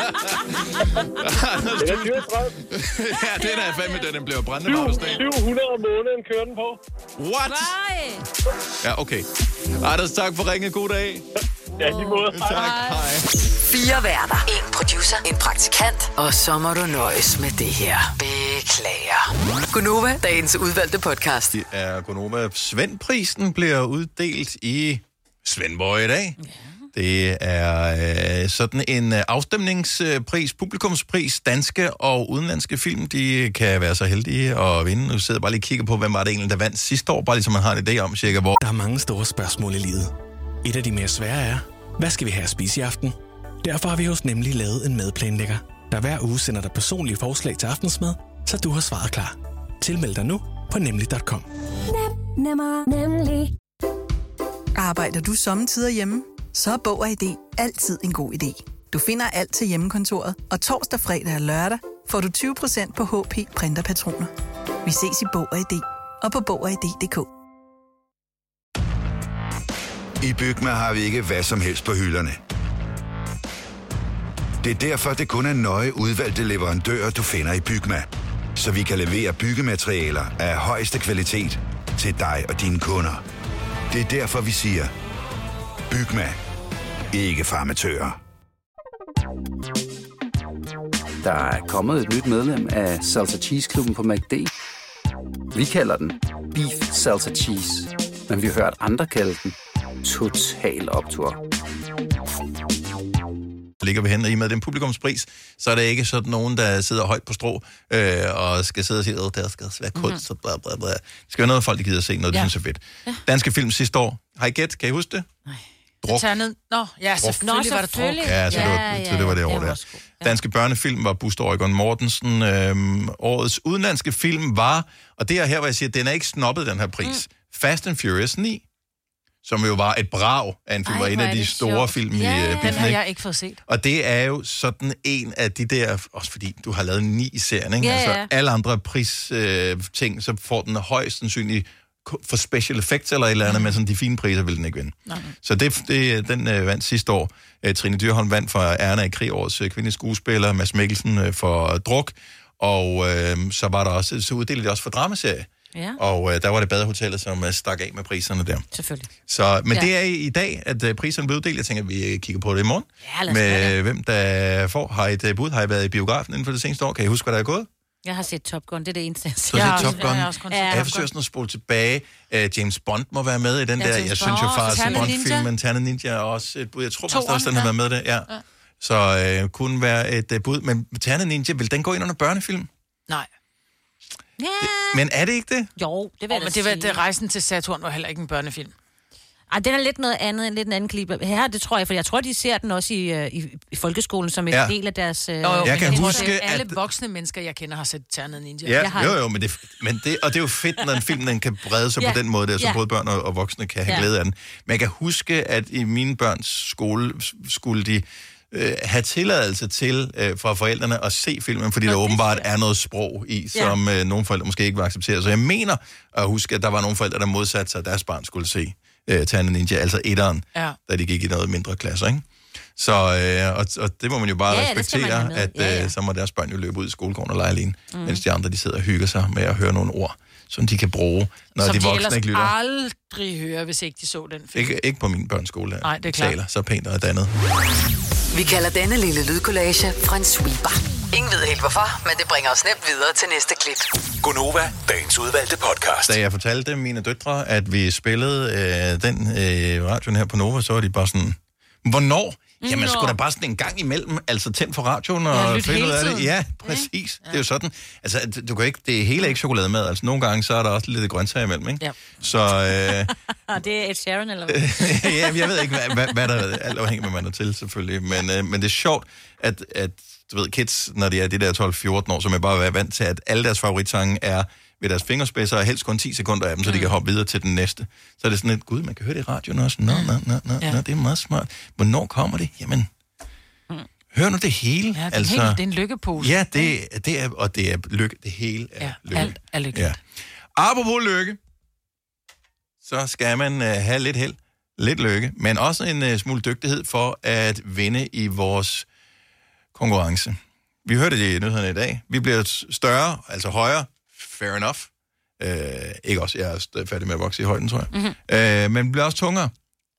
Speaker 1: Anders, du... ja, det er da fandme, da den bliver brændt. Magnus Dahl.
Speaker 20: 700 om måneden kører den på.
Speaker 1: What? Ja, okay. Anders, tak for ringet. God dag.
Speaker 20: Ja, lige måde.
Speaker 1: Tak. Hej.
Speaker 5: Fire værter. En producer. En praktikant. Og så må du nøjes med det her. Beklager. Gunova, dagens udvalgte podcast.
Speaker 1: Det er Gonova. Svendprisen bliver uddelt i Svendborg i dag. Det er øh, sådan en øh, afstemningspris, publikumspris, danske og udenlandske film, de kan være så heldige at vinde. Nu sidder jeg bare lige og kigger på, hvem var det egentlig, der vandt sidste år, bare lige så man har en idé om cirka hvor.
Speaker 8: Der er mange store spørgsmål i livet. Et af de mere svære er, hvad skal vi have at spise i aften? Derfor har vi hos Nemlig lavet en madplanlægger, der hver uge sender dig personlige forslag til aftensmad, så du har svaret klar. Tilmeld dig nu på nemlig.com.
Speaker 9: Nem, nemmer, nemlig.
Speaker 10: Arbejder du sommetider hjemme? Så er Bog og ID altid en god idé. Du finder alt til hjemmekontoret, og torsdag, fredag og lørdag får du 20% på HP printerpatroner. Vi ses i Bog og ID og på Bog og ID.dk.
Speaker 16: I Bygma har vi ikke hvad som helst på hylderne. Det er derfor, det kun er nøje udvalgte leverandører, du finder i Bygma. Så vi kan levere byggematerialer af højeste kvalitet til dig og dine kunder. Det er derfor, vi siger, Bygma. Ikke farmatører.
Speaker 12: Der er kommet et nyt medlem af Salsa Cheese Klubben på MACD. Vi kalder den Beef Salsa Cheese, men vi har hørt andre kalde den Total Optor.
Speaker 1: ligger vi hen, og i og med den publikumspris, så er det ikke sådan nogen, der sidder højt på strå øh, og skal sidde og sige, at der skal også være kunst, og bla bla bla. Det skal være noget, folk der gider at se, noget, de
Speaker 3: Mhm. Ja.
Speaker 1: synes er fedt. Danske film sidste år. Har I gæt? Kan I huske det? Druk.
Speaker 3: Tag ned. Nå, ja,
Speaker 1: Druk.
Speaker 3: selvfølgelig
Speaker 4: Nå,
Speaker 3: var det druk.
Speaker 4: selvfølgelig.
Speaker 1: Ja, så, det var, så det var det år der. Danske børnefilm var Buster Øjgaard Mortensen. Øhm, årets udenlandske film var, og det er her, hvor jeg siger, den er ikke snobbet, den her pris. Mm. Fast and Furious 9, som jo var et brag af en film, var en af de store film i øh,
Speaker 3: Den har
Speaker 1: ikke?
Speaker 3: jeg ikke fået set.
Speaker 1: Og det er jo sådan en af de der, også fordi du har lavet ni i serien, ikke?
Speaker 3: Ja,
Speaker 1: altså
Speaker 3: ja.
Speaker 1: alle andre pristing, øh, ting, så får den højst sandsynligt ku- for special effects eller et eller andet, men sådan de fine priser vil den ikke vinde.
Speaker 22: Nej.
Speaker 1: Så det, det den øh, vandt sidste år. Øh, Trine Dyrholm vandt for Erna i krigårets øh, kvindelige skuespiller, Mads Mikkelsen øh, for Druk, og øh, så var der også, så uddelte de også for dramaserie.
Speaker 4: Ja,
Speaker 1: Og øh, der var det badehotellet, som øh, stak af med priserne der.
Speaker 4: selvfølgelig.
Speaker 1: Så, men
Speaker 4: Ja.
Speaker 1: ja. det er i i dag, at øh, priserne bliver uddelt. Jeg tænker, at vi øh, kigger på det i morgen.
Speaker 4: Ja, lad os
Speaker 1: med øh, hvem der får. Har I et øh, bud? Har I været i biografen inden for det seneste år? Kan I huske, hvad der er gået?
Speaker 4: Jeg har set Top Gun, det er det eneste, jeg
Speaker 1: Du
Speaker 4: ser.
Speaker 1: har set Top Gun.
Speaker 4: Ja,
Speaker 1: Ja, jeg, jeg forsøger sådan at spole tilbage. Uh, James Bond må være med i den
Speaker 4: Ja,
Speaker 1: ja, der.
Speaker 4: James
Speaker 1: Jeg
Speaker 4: Bond.
Speaker 1: synes jo
Speaker 4: Åh,
Speaker 1: faktisk,
Speaker 4: Montana Ninja.
Speaker 1: Bond-filmen Tana Ninja er også et bud. Jeg tror faktisk
Speaker 4: Toeren,
Speaker 1: også, den har
Speaker 4: ja.
Speaker 1: været med der. Ja. ja. Så øh, kunne være et øh, bud. Men Tana Ninja, vil den gå ind under børnefilm?
Speaker 3: Nej.
Speaker 4: Ja.
Speaker 1: Men er det ikke det?
Speaker 4: Jo, det vil
Speaker 3: oh,
Speaker 4: jeg
Speaker 3: men
Speaker 4: da
Speaker 3: det var,
Speaker 4: sige.
Speaker 3: det, Rejsen til Saturn var heller ikke en børnefilm.
Speaker 4: Ej, den er lidt noget andet, en lidt en anden klippe. Her, det tror jeg, for jeg tror, de ser den også i, øh, i, i folkeskolen som en
Speaker 1: Ja.
Speaker 4: ja. del af deres... Øh,
Speaker 1: Jo, jo, Jeg men kan jeg tror, huske, det er
Speaker 3: Alle voksne mennesker, jeg kender, har set Ternet Ninja.
Speaker 1: Ja, jo, jo, men det, men det, og det er jo fedt, når en film den kan brede sig ja.
Speaker 3: Ja.
Speaker 1: på den måde der, så
Speaker 3: Ja.
Speaker 1: både børn og, og voksne kan have
Speaker 3: Ja.
Speaker 1: ja. glæde af den. Men jeg kan huske, at i mine børns skole s- skulle de øh, have tilladelse til øh, fra forældrene at se filmen, fordi der åbenbart er noget sprog i,
Speaker 2: Ja.
Speaker 1: som øh, nogle forældre måske ikke vil acceptere. Så jeg mener at huske, at der var nogle forældre, der modsatte sig, at deres barn skulle se øh, Tanden Ninja, altså etteren,
Speaker 3: Ja.
Speaker 1: da de gik i noget mindre klasser, ikke? Så øh, og, og det må man jo bare
Speaker 2: Ja,
Speaker 1: ja,
Speaker 2: ja, det skal man
Speaker 1: respektere,
Speaker 2: have med.
Speaker 1: at
Speaker 2: Ja, ja.
Speaker 1: øh, så må deres børn jo løbe ud i skolegården og lege alene, mm.
Speaker 3: Mhm.
Speaker 1: mens de andre de sidder og hygger sig med at høre nogle ord, som de kan bruge, når
Speaker 3: som
Speaker 1: de voksne
Speaker 3: ellers
Speaker 1: ikke lytter.
Speaker 3: aldrig hører, hvis ikke de så den film.
Speaker 1: Ikke, ikke på min børneskole,
Speaker 3: Nej, det er
Speaker 1: de
Speaker 3: klart.
Speaker 1: taler så pænt og dannet.
Speaker 5: Vi kalder denne lille lydkollage Frans sweeper.
Speaker 6: Ingen ved helt hvorfor, men det bringer os nemt videre til næste klip. Gunova, dagens udvalgte podcast.
Speaker 1: Da jeg fortalte mine døtre, at vi spillede øh, den øh, radioen her på Nova, så var de bare sådan, hvornår? Jamen,
Speaker 2: Nå.
Speaker 1: skulle der bare sådan en gang imellem, altså tænd for radioen og
Speaker 2: Ja, lyt
Speaker 1: find ud
Speaker 2: hele
Speaker 1: af det.
Speaker 2: tiden.
Speaker 1: Ja, præcis. Ja. Det er jo sådan. Altså, at du kan ikke, det hele er ikke chokolademad. Altså, nogle gange, så er der også lidt grøntsager imellem, ikke?
Speaker 4: Ja.
Speaker 1: Så, øh,
Speaker 4: Og det er Ed Sheeran, eller hvad?
Speaker 1: ja, men jeg ved ikke, hvad, hvad, hvad der er, alt afhængig af, hvad man er til, selvfølgelig. Men, øh, men det er sjovt, at, at du ved, kids, når de er de der 12-14 år, som er bare vant til, at alle deres favoritsange er ved deres fingerspidser, og helst kun 10 sekunder af dem, så de kan hoppe videre til den næste. Så er det sådan lidt, gud, man kan høre det i radioen også. Nå, nå, nå, nå, nå det er meget smart. Hvornår kommer det? Jamen, hør nu det hele.
Speaker 3: Ja, det, altså, helt, det er en lykkepose.
Speaker 1: Ja, det, det er, og det er lykke. Det hele er
Speaker 3: Ja,
Speaker 1: lykke.
Speaker 3: alt er lykke.
Speaker 1: Ja. Apropos lykke, så skal man øh, have lidt held, lidt lykke, men også en øh, smule dygtighed for at vinde i vores konkurrence. Vi hørte det i nyhederne i dag. Vi bliver s- større, altså højere. Fair enough. Øh, ikke også, jeg er st- færdig med at vokse i højden, tror jeg.
Speaker 2: Mhm.
Speaker 1: Øh, men vi bliver også tungere.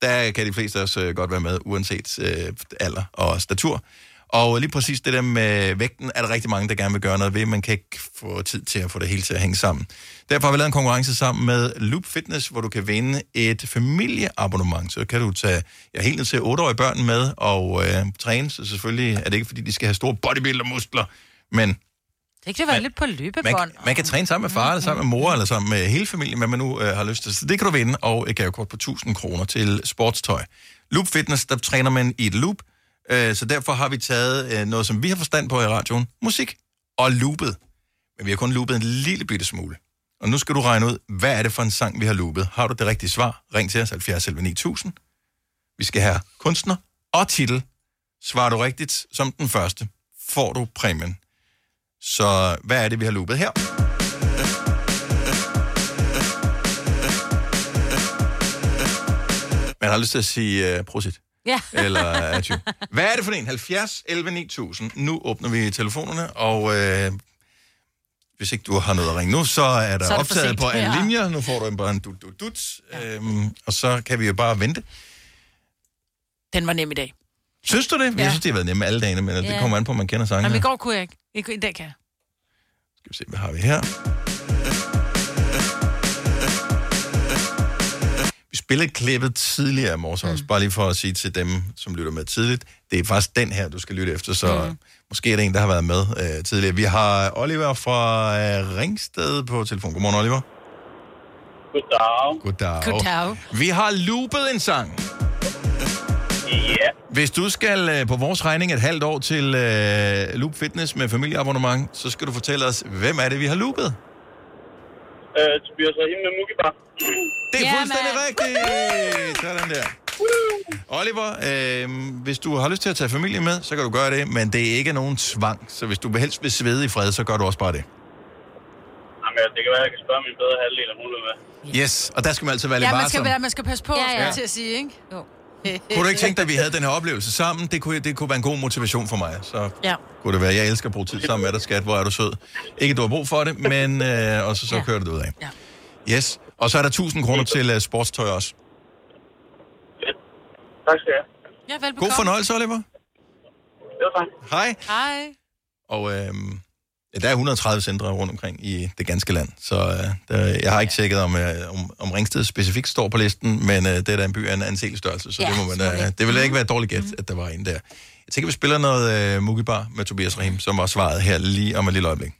Speaker 1: Der kan de fleste af os øh, godt være med, uanset øh, alder og statur. Og lige præcis det der med vægten, er der rigtig mange, der gerne vil gøre noget ved. Man kan ikke få tid til at få det hele til at hænge sammen. Derfor har vi lavet en konkurrence sammen med Loop Fitness, hvor du kan vinde et familieabonnement. Så kan du tage ja, helt ned til 8-årige børn med og øh, træne. Så selvfølgelig er det ikke, fordi de skal have store bodybuilder-muskler, men
Speaker 3: Det kan være
Speaker 1: Man-
Speaker 3: lidt på
Speaker 1: man,
Speaker 3: løbebånd.
Speaker 1: kan- man kan træne sammen med far, eller sammen med mor, eller sammen med hele familien, hvad man nu øh, har lyst til. Så det kan du vinde, og et gavekort på 1000 kroner til sportstøj. Loop Fitness, der træner man i et loop, øh, så derfor har vi taget øh, noget, som vi har forstand på i radioen, musik, og loopet. Men vi har kun loopet en lille bitte smule. Og nu skal du regne ud, hvad er det for en sang, vi har loopet? Har du det rigtige svar? Ring til os, 70 11 9000. Vi skal have kunstner og titel. Svarer du rigtigt som den første, får du præmien. Så hvad er det, vi har loopet her? Man har lyst til at sige uh, prosit.
Speaker 4: Ja.
Speaker 1: Eller uh, Hvad er det for en? 70 11 9000. Nu åbner vi telefonerne, og uh, hvis ikke du har noget at ringe nu, så er der
Speaker 2: Så er det for
Speaker 1: optaget
Speaker 2: sent,
Speaker 1: på alle
Speaker 2: ja.
Speaker 1: linjer. Nu får du en- bare en dut, dut, dut. Ja. Øhm, og så kan vi jo bare vente.
Speaker 3: Den var nem i dag.
Speaker 1: Synes du det? Ja. Jeg synes, det har været nemme alle dagene, men ja. det
Speaker 3: Ja.
Speaker 1: kommer an på, om man kender
Speaker 3: Nå,
Speaker 1: sangene.
Speaker 3: men i går kunne jeg ikke. I, I dag kan jeg.
Speaker 1: Skal vi se, hvad har vi her? Vi spillede klippet tidligere i morges også, bare lige for at sige til dem, som lytter med tidligt, det er faktisk den her, du skal lytte efter, så mm. måske er det en, der har været med øh, tidligere. Vi har Oliver fra øh, Ringsted på telefon. Godmorgen, Oliver.
Speaker 20: Goddag.
Speaker 1: Goddag. Vi har loopet en sang.
Speaker 20: Ja.
Speaker 1: Hvis du skal øh, på vores regning et halvt år til øh, Loop Fitness med familieabonnement, så skal du fortælle os, hvem er det, vi har loopet?
Speaker 20: Øh, du bliver så ind med Mugibar.
Speaker 1: Det er fuldstændig rigtigt! Sådan der. Oliver, øh, hvis du har lyst til at tage familie med, så kan du gøre det, men det er ikke nogen tvang. Så hvis du helst vil svede i fred, så gør du også bare det.
Speaker 20: Jamen, det kan være, at jeg kan spørge min bedre halvdel, om hun vil med.
Speaker 1: Yes, og der skal man altid være lidt
Speaker 3: Ja, man
Speaker 1: varsom.
Speaker 3: skal, være, man skal passe på, ja, ja.
Speaker 1: Ja.
Speaker 3: til at sige, ikke? Jo.
Speaker 1: Kunne du ikke tænke dig, at vi havde den her oplevelse sammen? Det kunne, det kunne være en god motivation for mig. Så
Speaker 3: Ja.
Speaker 1: kunne det være, jeg elsker at bruge tid sammen med dig, skat. Hvor er du sød. Ikke, at du har brug for det, men... Øh, og så, så kører det ud af. Ja. Yes. Og så er der 1000 kroner til uh, sportstøj også.
Speaker 20: Tak skal jeg have.
Speaker 3: Ja, velbekomme.
Speaker 1: God fornøjelse, Oliver.
Speaker 20: Det var
Speaker 1: Hej.
Speaker 3: Hej.
Speaker 1: Og øh, Der er 130 centre rundt omkring i det ganske land, så øh, der, jeg har ikke tjekket, om, øh, om, om Ringsted specifikt står på listen, men øh, det er da en by af en anselig størrelse, så
Speaker 2: Ja,
Speaker 1: ja, det må man da,
Speaker 2: selvfølgelig.
Speaker 3: Mhm.
Speaker 1: Det ville ikke være et dårligt gæt, at der var en der. Jeg tænker, vi spiller noget øh, Mugibar med Tobias Rahim, som var svaret her lige om et lille øjeblik.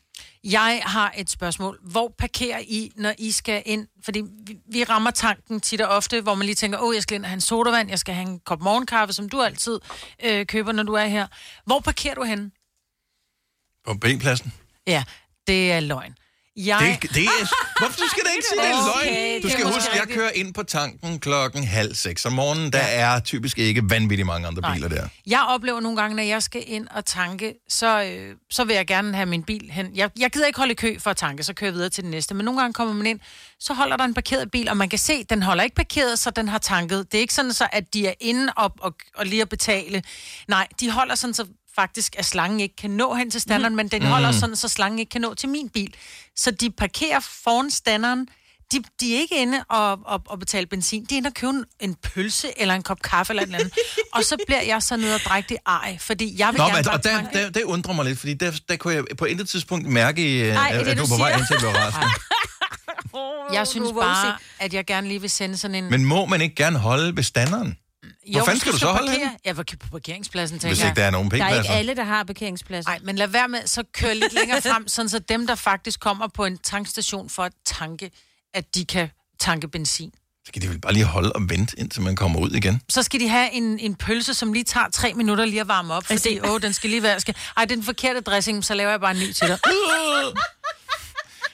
Speaker 3: Jeg har et spørgsmål. Hvor parkerer I, når I skal ind? Fordi vi, vi rammer tanken tit og ofte, hvor man lige tænker, åh, jeg skal ind og have en sodavand, jeg skal have en kop morgenkaffe, som du altid øh, køber, når du er her. Hvor parkerer du henne?
Speaker 1: På B-pladsen.
Speaker 3: Ja, det er løgn. Jeg...
Speaker 1: Det, det er, hvorfor du skal da ikke sige, det er løgn?
Speaker 3: det
Speaker 1: Du
Speaker 3: er
Speaker 1: skal
Speaker 3: måske
Speaker 1: huske, jeg
Speaker 3: rigtigt.
Speaker 1: kører ind på tanken klokken halv seks om morgenen. Der er typisk ikke vanvittigt mange andre
Speaker 3: Nej.
Speaker 1: biler der.
Speaker 3: Jeg oplever nogle gange, når jeg skal ind og tanke, så, øh, så vil jeg gerne have min bil hen. Jeg, jeg gider ikke holde i kø for at tanke, så kører jeg videre til den næste. Men nogle gange kommer man ind, så holder der en parkeret bil, og man kan se, at den holder ikke parkeret, så den har tanket. Det er ikke sådan, så, at de er inde op og, og lige at betale. Nej, de holder sådan, så faktisk, at slangen ikke kan nå hen til standeren,
Speaker 1: Mhm.
Speaker 3: mm. men den
Speaker 22: Mm.
Speaker 3: holder sådan, så slangen ikke kan nå til min bil. Så de parkerer foran standeren, de, de er ikke inde og, og, og betale benzin. De er inde og købe en, en pølse eller en kop kaffe eller et eller andet. og så bliver jeg så nede og drægtig ej, fordi jeg vil
Speaker 1: Nå,
Speaker 3: gerne
Speaker 1: men, altså,
Speaker 3: bare
Speaker 1: og der,
Speaker 3: tanke.
Speaker 1: der, det undrer mig lidt, fordi der, der kunne jeg på intet tidspunkt mærke, øh,
Speaker 3: Nej,
Speaker 1: at,
Speaker 3: det,
Speaker 1: at du
Speaker 3: du
Speaker 1: var på vej
Speaker 3: siger.
Speaker 1: ind til at blive rasende.
Speaker 3: Jeg synes
Speaker 4: Rosie.
Speaker 3: bare, at jeg gerne lige vil sende sådan en...
Speaker 1: Mm. Men må man ikke gerne holde ved standeren? Hvor fanden skal du så holde henne?
Speaker 3: parkere? Jeg var på parkeringspladsen, tænker
Speaker 1: Hvis ikke der er nogen
Speaker 4: Der er ikke
Speaker 1: p-pladser.
Speaker 4: alle, der har parkeringspladser.
Speaker 3: Nej, men lad være med, så kør lidt længere frem, sådan så dem, der faktisk kommer på en tankstation for at tanke, at de kan tanke benzin.
Speaker 1: Så kan de vel bare lige holde og vente, indtil man kommer ud igen.
Speaker 3: Så skal de have en, en pølse, som lige tager tre minutter lige at varme op, fordi
Speaker 4: Altså-
Speaker 3: åh, den skal lige være... Skal... Ej, det er den forkerte dressing, så laver jeg bare en ny til dig.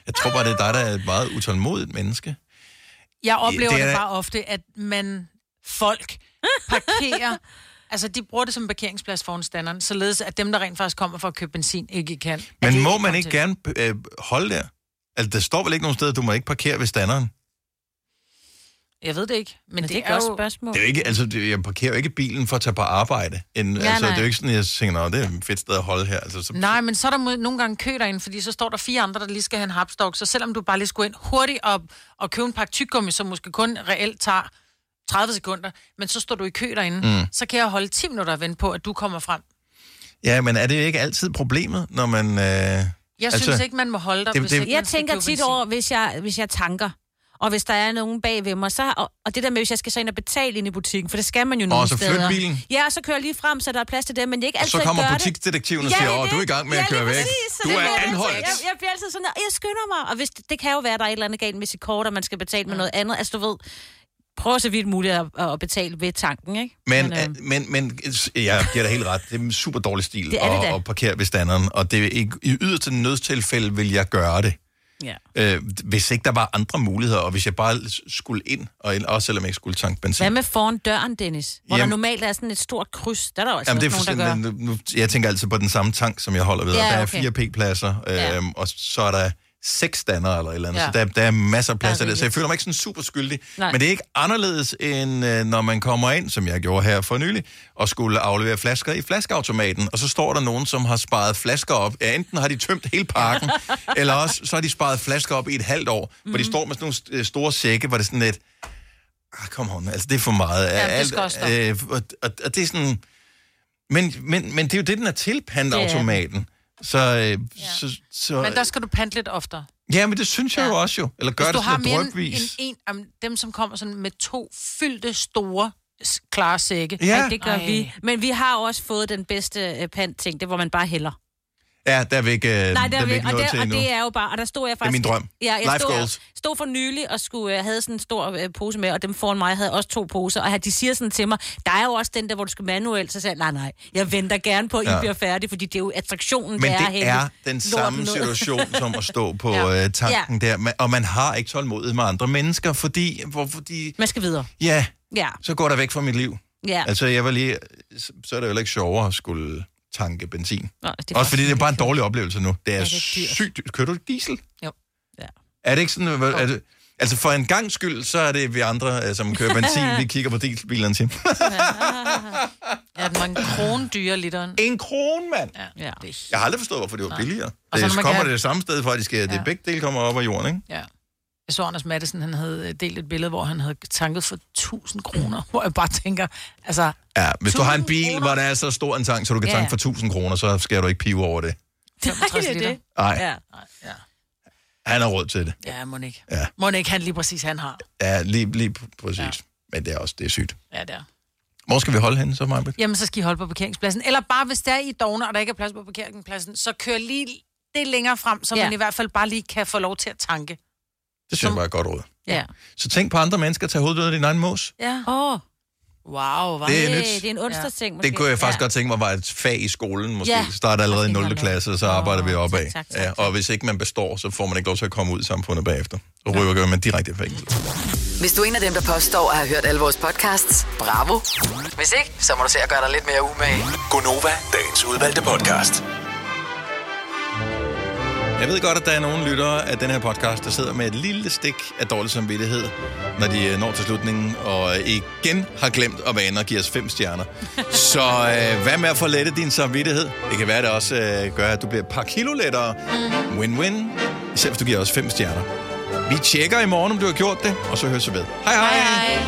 Speaker 1: Jeg tror bare, det er dig, der er et meget utålmodigt menneske.
Speaker 3: Jeg oplever
Speaker 1: Det
Speaker 3: det,
Speaker 1: er-
Speaker 3: det bare ofte, at man folk parkerer... altså, de bruger det som parkeringsplads foran standeren, således at dem, der rent faktisk kommer for at købe benzin, ikke kan.
Speaker 1: Men må
Speaker 3: komme
Speaker 1: man ikke
Speaker 3: til.
Speaker 1: gerne øh, holde der? Altså, der står vel ikke nogen sted, at du må ikke parkere ved standeren?
Speaker 3: Jeg ved det ikke, men, men det,
Speaker 4: det er
Speaker 3: det, er,
Speaker 4: et godt
Speaker 3: jo...
Speaker 4: spørgsmål.
Speaker 1: Det er jo ikke, altså, det- jeg parkerer jo ikke bilen for at tage på arbejde. En,
Speaker 3: Ja,
Speaker 1: ja, altså,
Speaker 3: nej.
Speaker 1: det er jo ikke sådan, at jeg tænker, "Nå, det er et fedt sted at holde her. Altså, så,
Speaker 3: Nej, men så er der mo- nogle gange kø derinde, fordi så står der fire andre, der lige skal have en hapstok. Så selvom du bare lige skulle ind hurtigt og, og købe en pakke tyggegummi, som måske kun reelt tager 30 sekunder, men så står du i kø derinde,
Speaker 1: Mm.
Speaker 3: mm. så kan jeg holde 10 minutter og vente på, at du kommer frem.
Speaker 1: Ja, men er det ikke altid problemet, når man... Øh, jeg
Speaker 3: Jeg altså, synes ikke, man må holde dig.
Speaker 1: det-
Speaker 3: hvis
Speaker 1: det-
Speaker 3: ikke man
Speaker 4: Jeg
Speaker 3: skal
Speaker 4: tænker
Speaker 3: købe
Speaker 4: tit
Speaker 3: benzin.
Speaker 4: over, hvis jeg, hvis jeg tanker, og hvis der er nogen bag ved mig, så, og, og det der med, hvis jeg skal så ind og betale ind i butikken, for det skal man jo nogle
Speaker 1: så flyt
Speaker 4: steder.
Speaker 1: bilen.
Speaker 4: Ja, og så kører jeg lige frem, så der er plads til dem, men det er ikke
Speaker 1: Og
Speaker 4: altid,
Speaker 1: så kommer
Speaker 4: jeg gør det.
Speaker 1: butiksdetektiven og
Speaker 4: Ja,
Speaker 1: siger,
Speaker 4: det er
Speaker 1: åh, du er
Speaker 4: det.
Speaker 1: i gang med at
Speaker 4: Ja, lige
Speaker 1: køre væk.
Speaker 4: præcis, så
Speaker 1: Du
Speaker 4: det
Speaker 1: er
Speaker 4: bliver jeg altid-
Speaker 1: anholdt.
Speaker 4: Jeg, jeg, bliver altid sådan, "Åh, jeg skynder mig, og hvis, det kan jo være, at der er et eller andet galt med sit kort, og man skal betale
Speaker 1: Mm.
Speaker 4: med noget andet. Altså, du ved, prøv så vidt muligt at, at betale ved tanken, ikke? øh,
Speaker 1: Men,
Speaker 4: øhm.
Speaker 1: men, men, men jeg giver dig helt ret. Det er en super dårlig stil
Speaker 4: Det er det
Speaker 1: at,
Speaker 4: da.
Speaker 1: at parkere ved standeren. Og det er ikke, i yderste nødstilfælde vil jeg gøre det.
Speaker 4: Ja.
Speaker 1: Øh, hvis ikke der var andre muligheder, og hvis jeg bare s- skulle ind, og ind- også selvom jeg ikke skulle tanke benzin.
Speaker 4: Hvad med foran døren, Dennis? Hvor Jamen.
Speaker 1: Jamen-
Speaker 4: der normalt er sådan et stort kryds. Der er der jo altså
Speaker 1: Jamen, det er
Speaker 4: også nogen, der gør.
Speaker 1: nogen, der nu, jeg tænker altid på den samme tank, som jeg holder ved.
Speaker 4: Ja,
Speaker 1: Ja, der er
Speaker 4: okay.
Speaker 1: fire p-pladser, øh,
Speaker 4: Ja.
Speaker 1: og så er der seks standere eller et eller andet. Ja.
Speaker 4: Ja.
Speaker 1: Så der, der er masser af plads
Speaker 4: Der
Speaker 1: til
Speaker 4: er
Speaker 1: det, så jeg
Speaker 4: rigeligt.
Speaker 1: føler mig ikke sådan super skyldig. Nej.
Speaker 4: Nej.
Speaker 1: Men det er ikke anderledes, end øh, når man kommer ind, som jeg gjorde her for nylig, og skulle aflevere flasker i flaskeautomaten, og så står der nogen, som har sparet flasker op. Ja, enten har de tømt hele parken, eller også så har de sparet flasker op i et halvt år, mm. hvor de
Speaker 2: Mhm.
Speaker 1: står med sådan nogle st- øh, store sække, hvor det er sådan lidt, ah, come on, altså det er for meget.
Speaker 2: Ja, det
Speaker 1: Alt-
Speaker 2: skal også stoppe.
Speaker 1: øh, og, og, og det er sådan... Men, men, men det er jo det, den er til, pandeautomaten. Så, øh, ja. så, så,
Speaker 3: Men der skal du pante lidt oftere.
Speaker 1: Ja, men det synes jeg ja. jo også jo. Eller gør
Speaker 3: Hvis du
Speaker 1: det
Speaker 3: har
Speaker 1: sådan
Speaker 3: mere
Speaker 1: noget
Speaker 3: end en,
Speaker 1: drypvis.
Speaker 3: en, om dem, som kommer sådan med to fyldte store s- klare sække.
Speaker 1: Ja.
Speaker 4: Ej, det gør Ej. vi. Men vi har jo også fået den bedste øh, pant-ting, det er, hvor man bare hælder.
Speaker 1: Ja, der er vi ikke, øh,
Speaker 4: Nej, der,
Speaker 1: er vi ikke
Speaker 4: og,
Speaker 1: noget
Speaker 4: der,
Speaker 1: til
Speaker 4: og
Speaker 1: endnu.
Speaker 4: det er jo bare, og der stod jeg
Speaker 1: Det er
Speaker 4: faktisk...
Speaker 1: min drøm.
Speaker 4: Ja, jeg
Speaker 1: Life
Speaker 4: stod,
Speaker 1: goals.
Speaker 4: stod for nylig og skulle, øh, havde sådan en stor øh, pose med, og dem foran mig havde også to poser, og de siger sådan til mig, der er jo også den der, hvor du skal manuelt, så sagde jeg, nej, nej, jeg venter gerne på, at
Speaker 1: Ja.
Speaker 4: I bliver færdige, fordi det er jo attraktionen, der
Speaker 1: Men
Speaker 4: er at
Speaker 1: det
Speaker 4: hælde
Speaker 1: er den
Speaker 4: lorten
Speaker 1: samme
Speaker 4: ned.
Speaker 1: situation som at stå på
Speaker 4: Ja.
Speaker 1: ja. øh, tanken ja. der. Man- Og man har ikke tålmodighed med andre mennesker, fordi... Hvor, fordi
Speaker 4: Man skal videre.
Speaker 1: ja,
Speaker 4: Ja,
Speaker 1: så går der væk fra mit liv.
Speaker 4: ja.
Speaker 1: Altså, jeg var lige... Så, så er det jo heller ikke sjovere at skulle tanke benzin.
Speaker 4: Nå,
Speaker 1: Det Også fordi det er bare en dårlig oplevelse nu. Det
Speaker 4: Ja,
Speaker 1: er, ja,
Speaker 4: det er
Speaker 1: det
Speaker 4: dyrt.
Speaker 1: er sygt dyrt. Kører du diesel?
Speaker 4: Jo.
Speaker 1: Er det ikke sådan, hvad- er det, altså for en gang skyld, så er det vi andre, øh, som kører benzin, vi kigger på dieselbilerne og siger,
Speaker 3: Ja, den var en krone dyre literen.
Speaker 1: En krone, mand!
Speaker 3: Ja. ja. Det er
Speaker 1: jeg har aldrig forstået, hvorfor det var billigere.
Speaker 3: Og så
Speaker 1: Det
Speaker 3: når man
Speaker 1: kommer
Speaker 3: kan-
Speaker 1: det samme sted fra, at de skal, ja. det
Speaker 3: Ja.
Speaker 1: begge dele kommer op af jorden, ikke?
Speaker 3: Ja. Jeg så Anders Madsen, han havde øh, delt et billede, hvor han havde tanket for 1000 kroner, hvor jeg bare tænker, altså,
Speaker 1: Ja, hvis du har en bil, hvor der er så stor en tank, så du kan
Speaker 3: Ja, ja.
Speaker 1: tanke for 1000 kroner, så skal du ikke pive over det.
Speaker 3: 65
Speaker 4: det er
Speaker 3: liter.
Speaker 4: det.
Speaker 1: Nej.
Speaker 3: Ja.
Speaker 1: Han har råd til det.
Speaker 3: ja, må ikke.
Speaker 1: Ja.
Speaker 3: Må ikke han lige præcis, han har.
Speaker 1: Ja, lige, lige pr- præcis. Ja. Men det er også det er sygt.
Speaker 3: Ja, det er.
Speaker 1: Hvor skal vi holde henne så, Majbet?
Speaker 3: Jamen, så skal I holde på parkeringspladsen. Eller bare, hvis der er i dogne, og der ikke er plads på parkeringspladsen, så kør lige det længere frem, så ja. man i hvert fald bare lige kan få lov til at tanke.
Speaker 1: Det synes jeg var et godt råd.
Speaker 3: Ja.
Speaker 1: Så tænk på andre mennesker, tag hovedet ud af din egen mos.
Speaker 3: Ja. Åh. Oh. Wow, var
Speaker 1: Det er nyt.
Speaker 4: Det er en onsdagsting, måske.
Speaker 1: Det kunne jeg faktisk ja. godt tænke mig var et fag i skolen, måske.
Speaker 4: Ja.
Speaker 1: Ja. Start allerede i 0. klasse, og så arbejder vi opad.
Speaker 4: tak, tak,
Speaker 1: Ja, og hvis ikke man består, så får man ikke lov til at komme ud i samfundet bagefter. Så ryger man direkte i fængsel.
Speaker 5: Hvis du er en af dem, der påstår at have hørt alle vores podcasts, bravo. Hvis ikke, så må du se at gøre dig lidt mere umage.
Speaker 6: Gonova, dagens udvalgte podcast.
Speaker 1: Jeg ved godt, at der er nogle lyttere af den her podcast, der sidder med et lille stik af dårlig samvittighed, når de øh, når til slutningen, og øh, igen har glemt at være inde og give os fem stjerner. Så øh, hvad med at få lettet din samvittighed? Det kan være, det også øh, gør, at du bliver et par kilo lettere. Win-win. Især hvis du giver os fem stjerner. Vi tjekker i morgen, om du har gjort det, og så høres vi ved. Hej hej! hej, hej.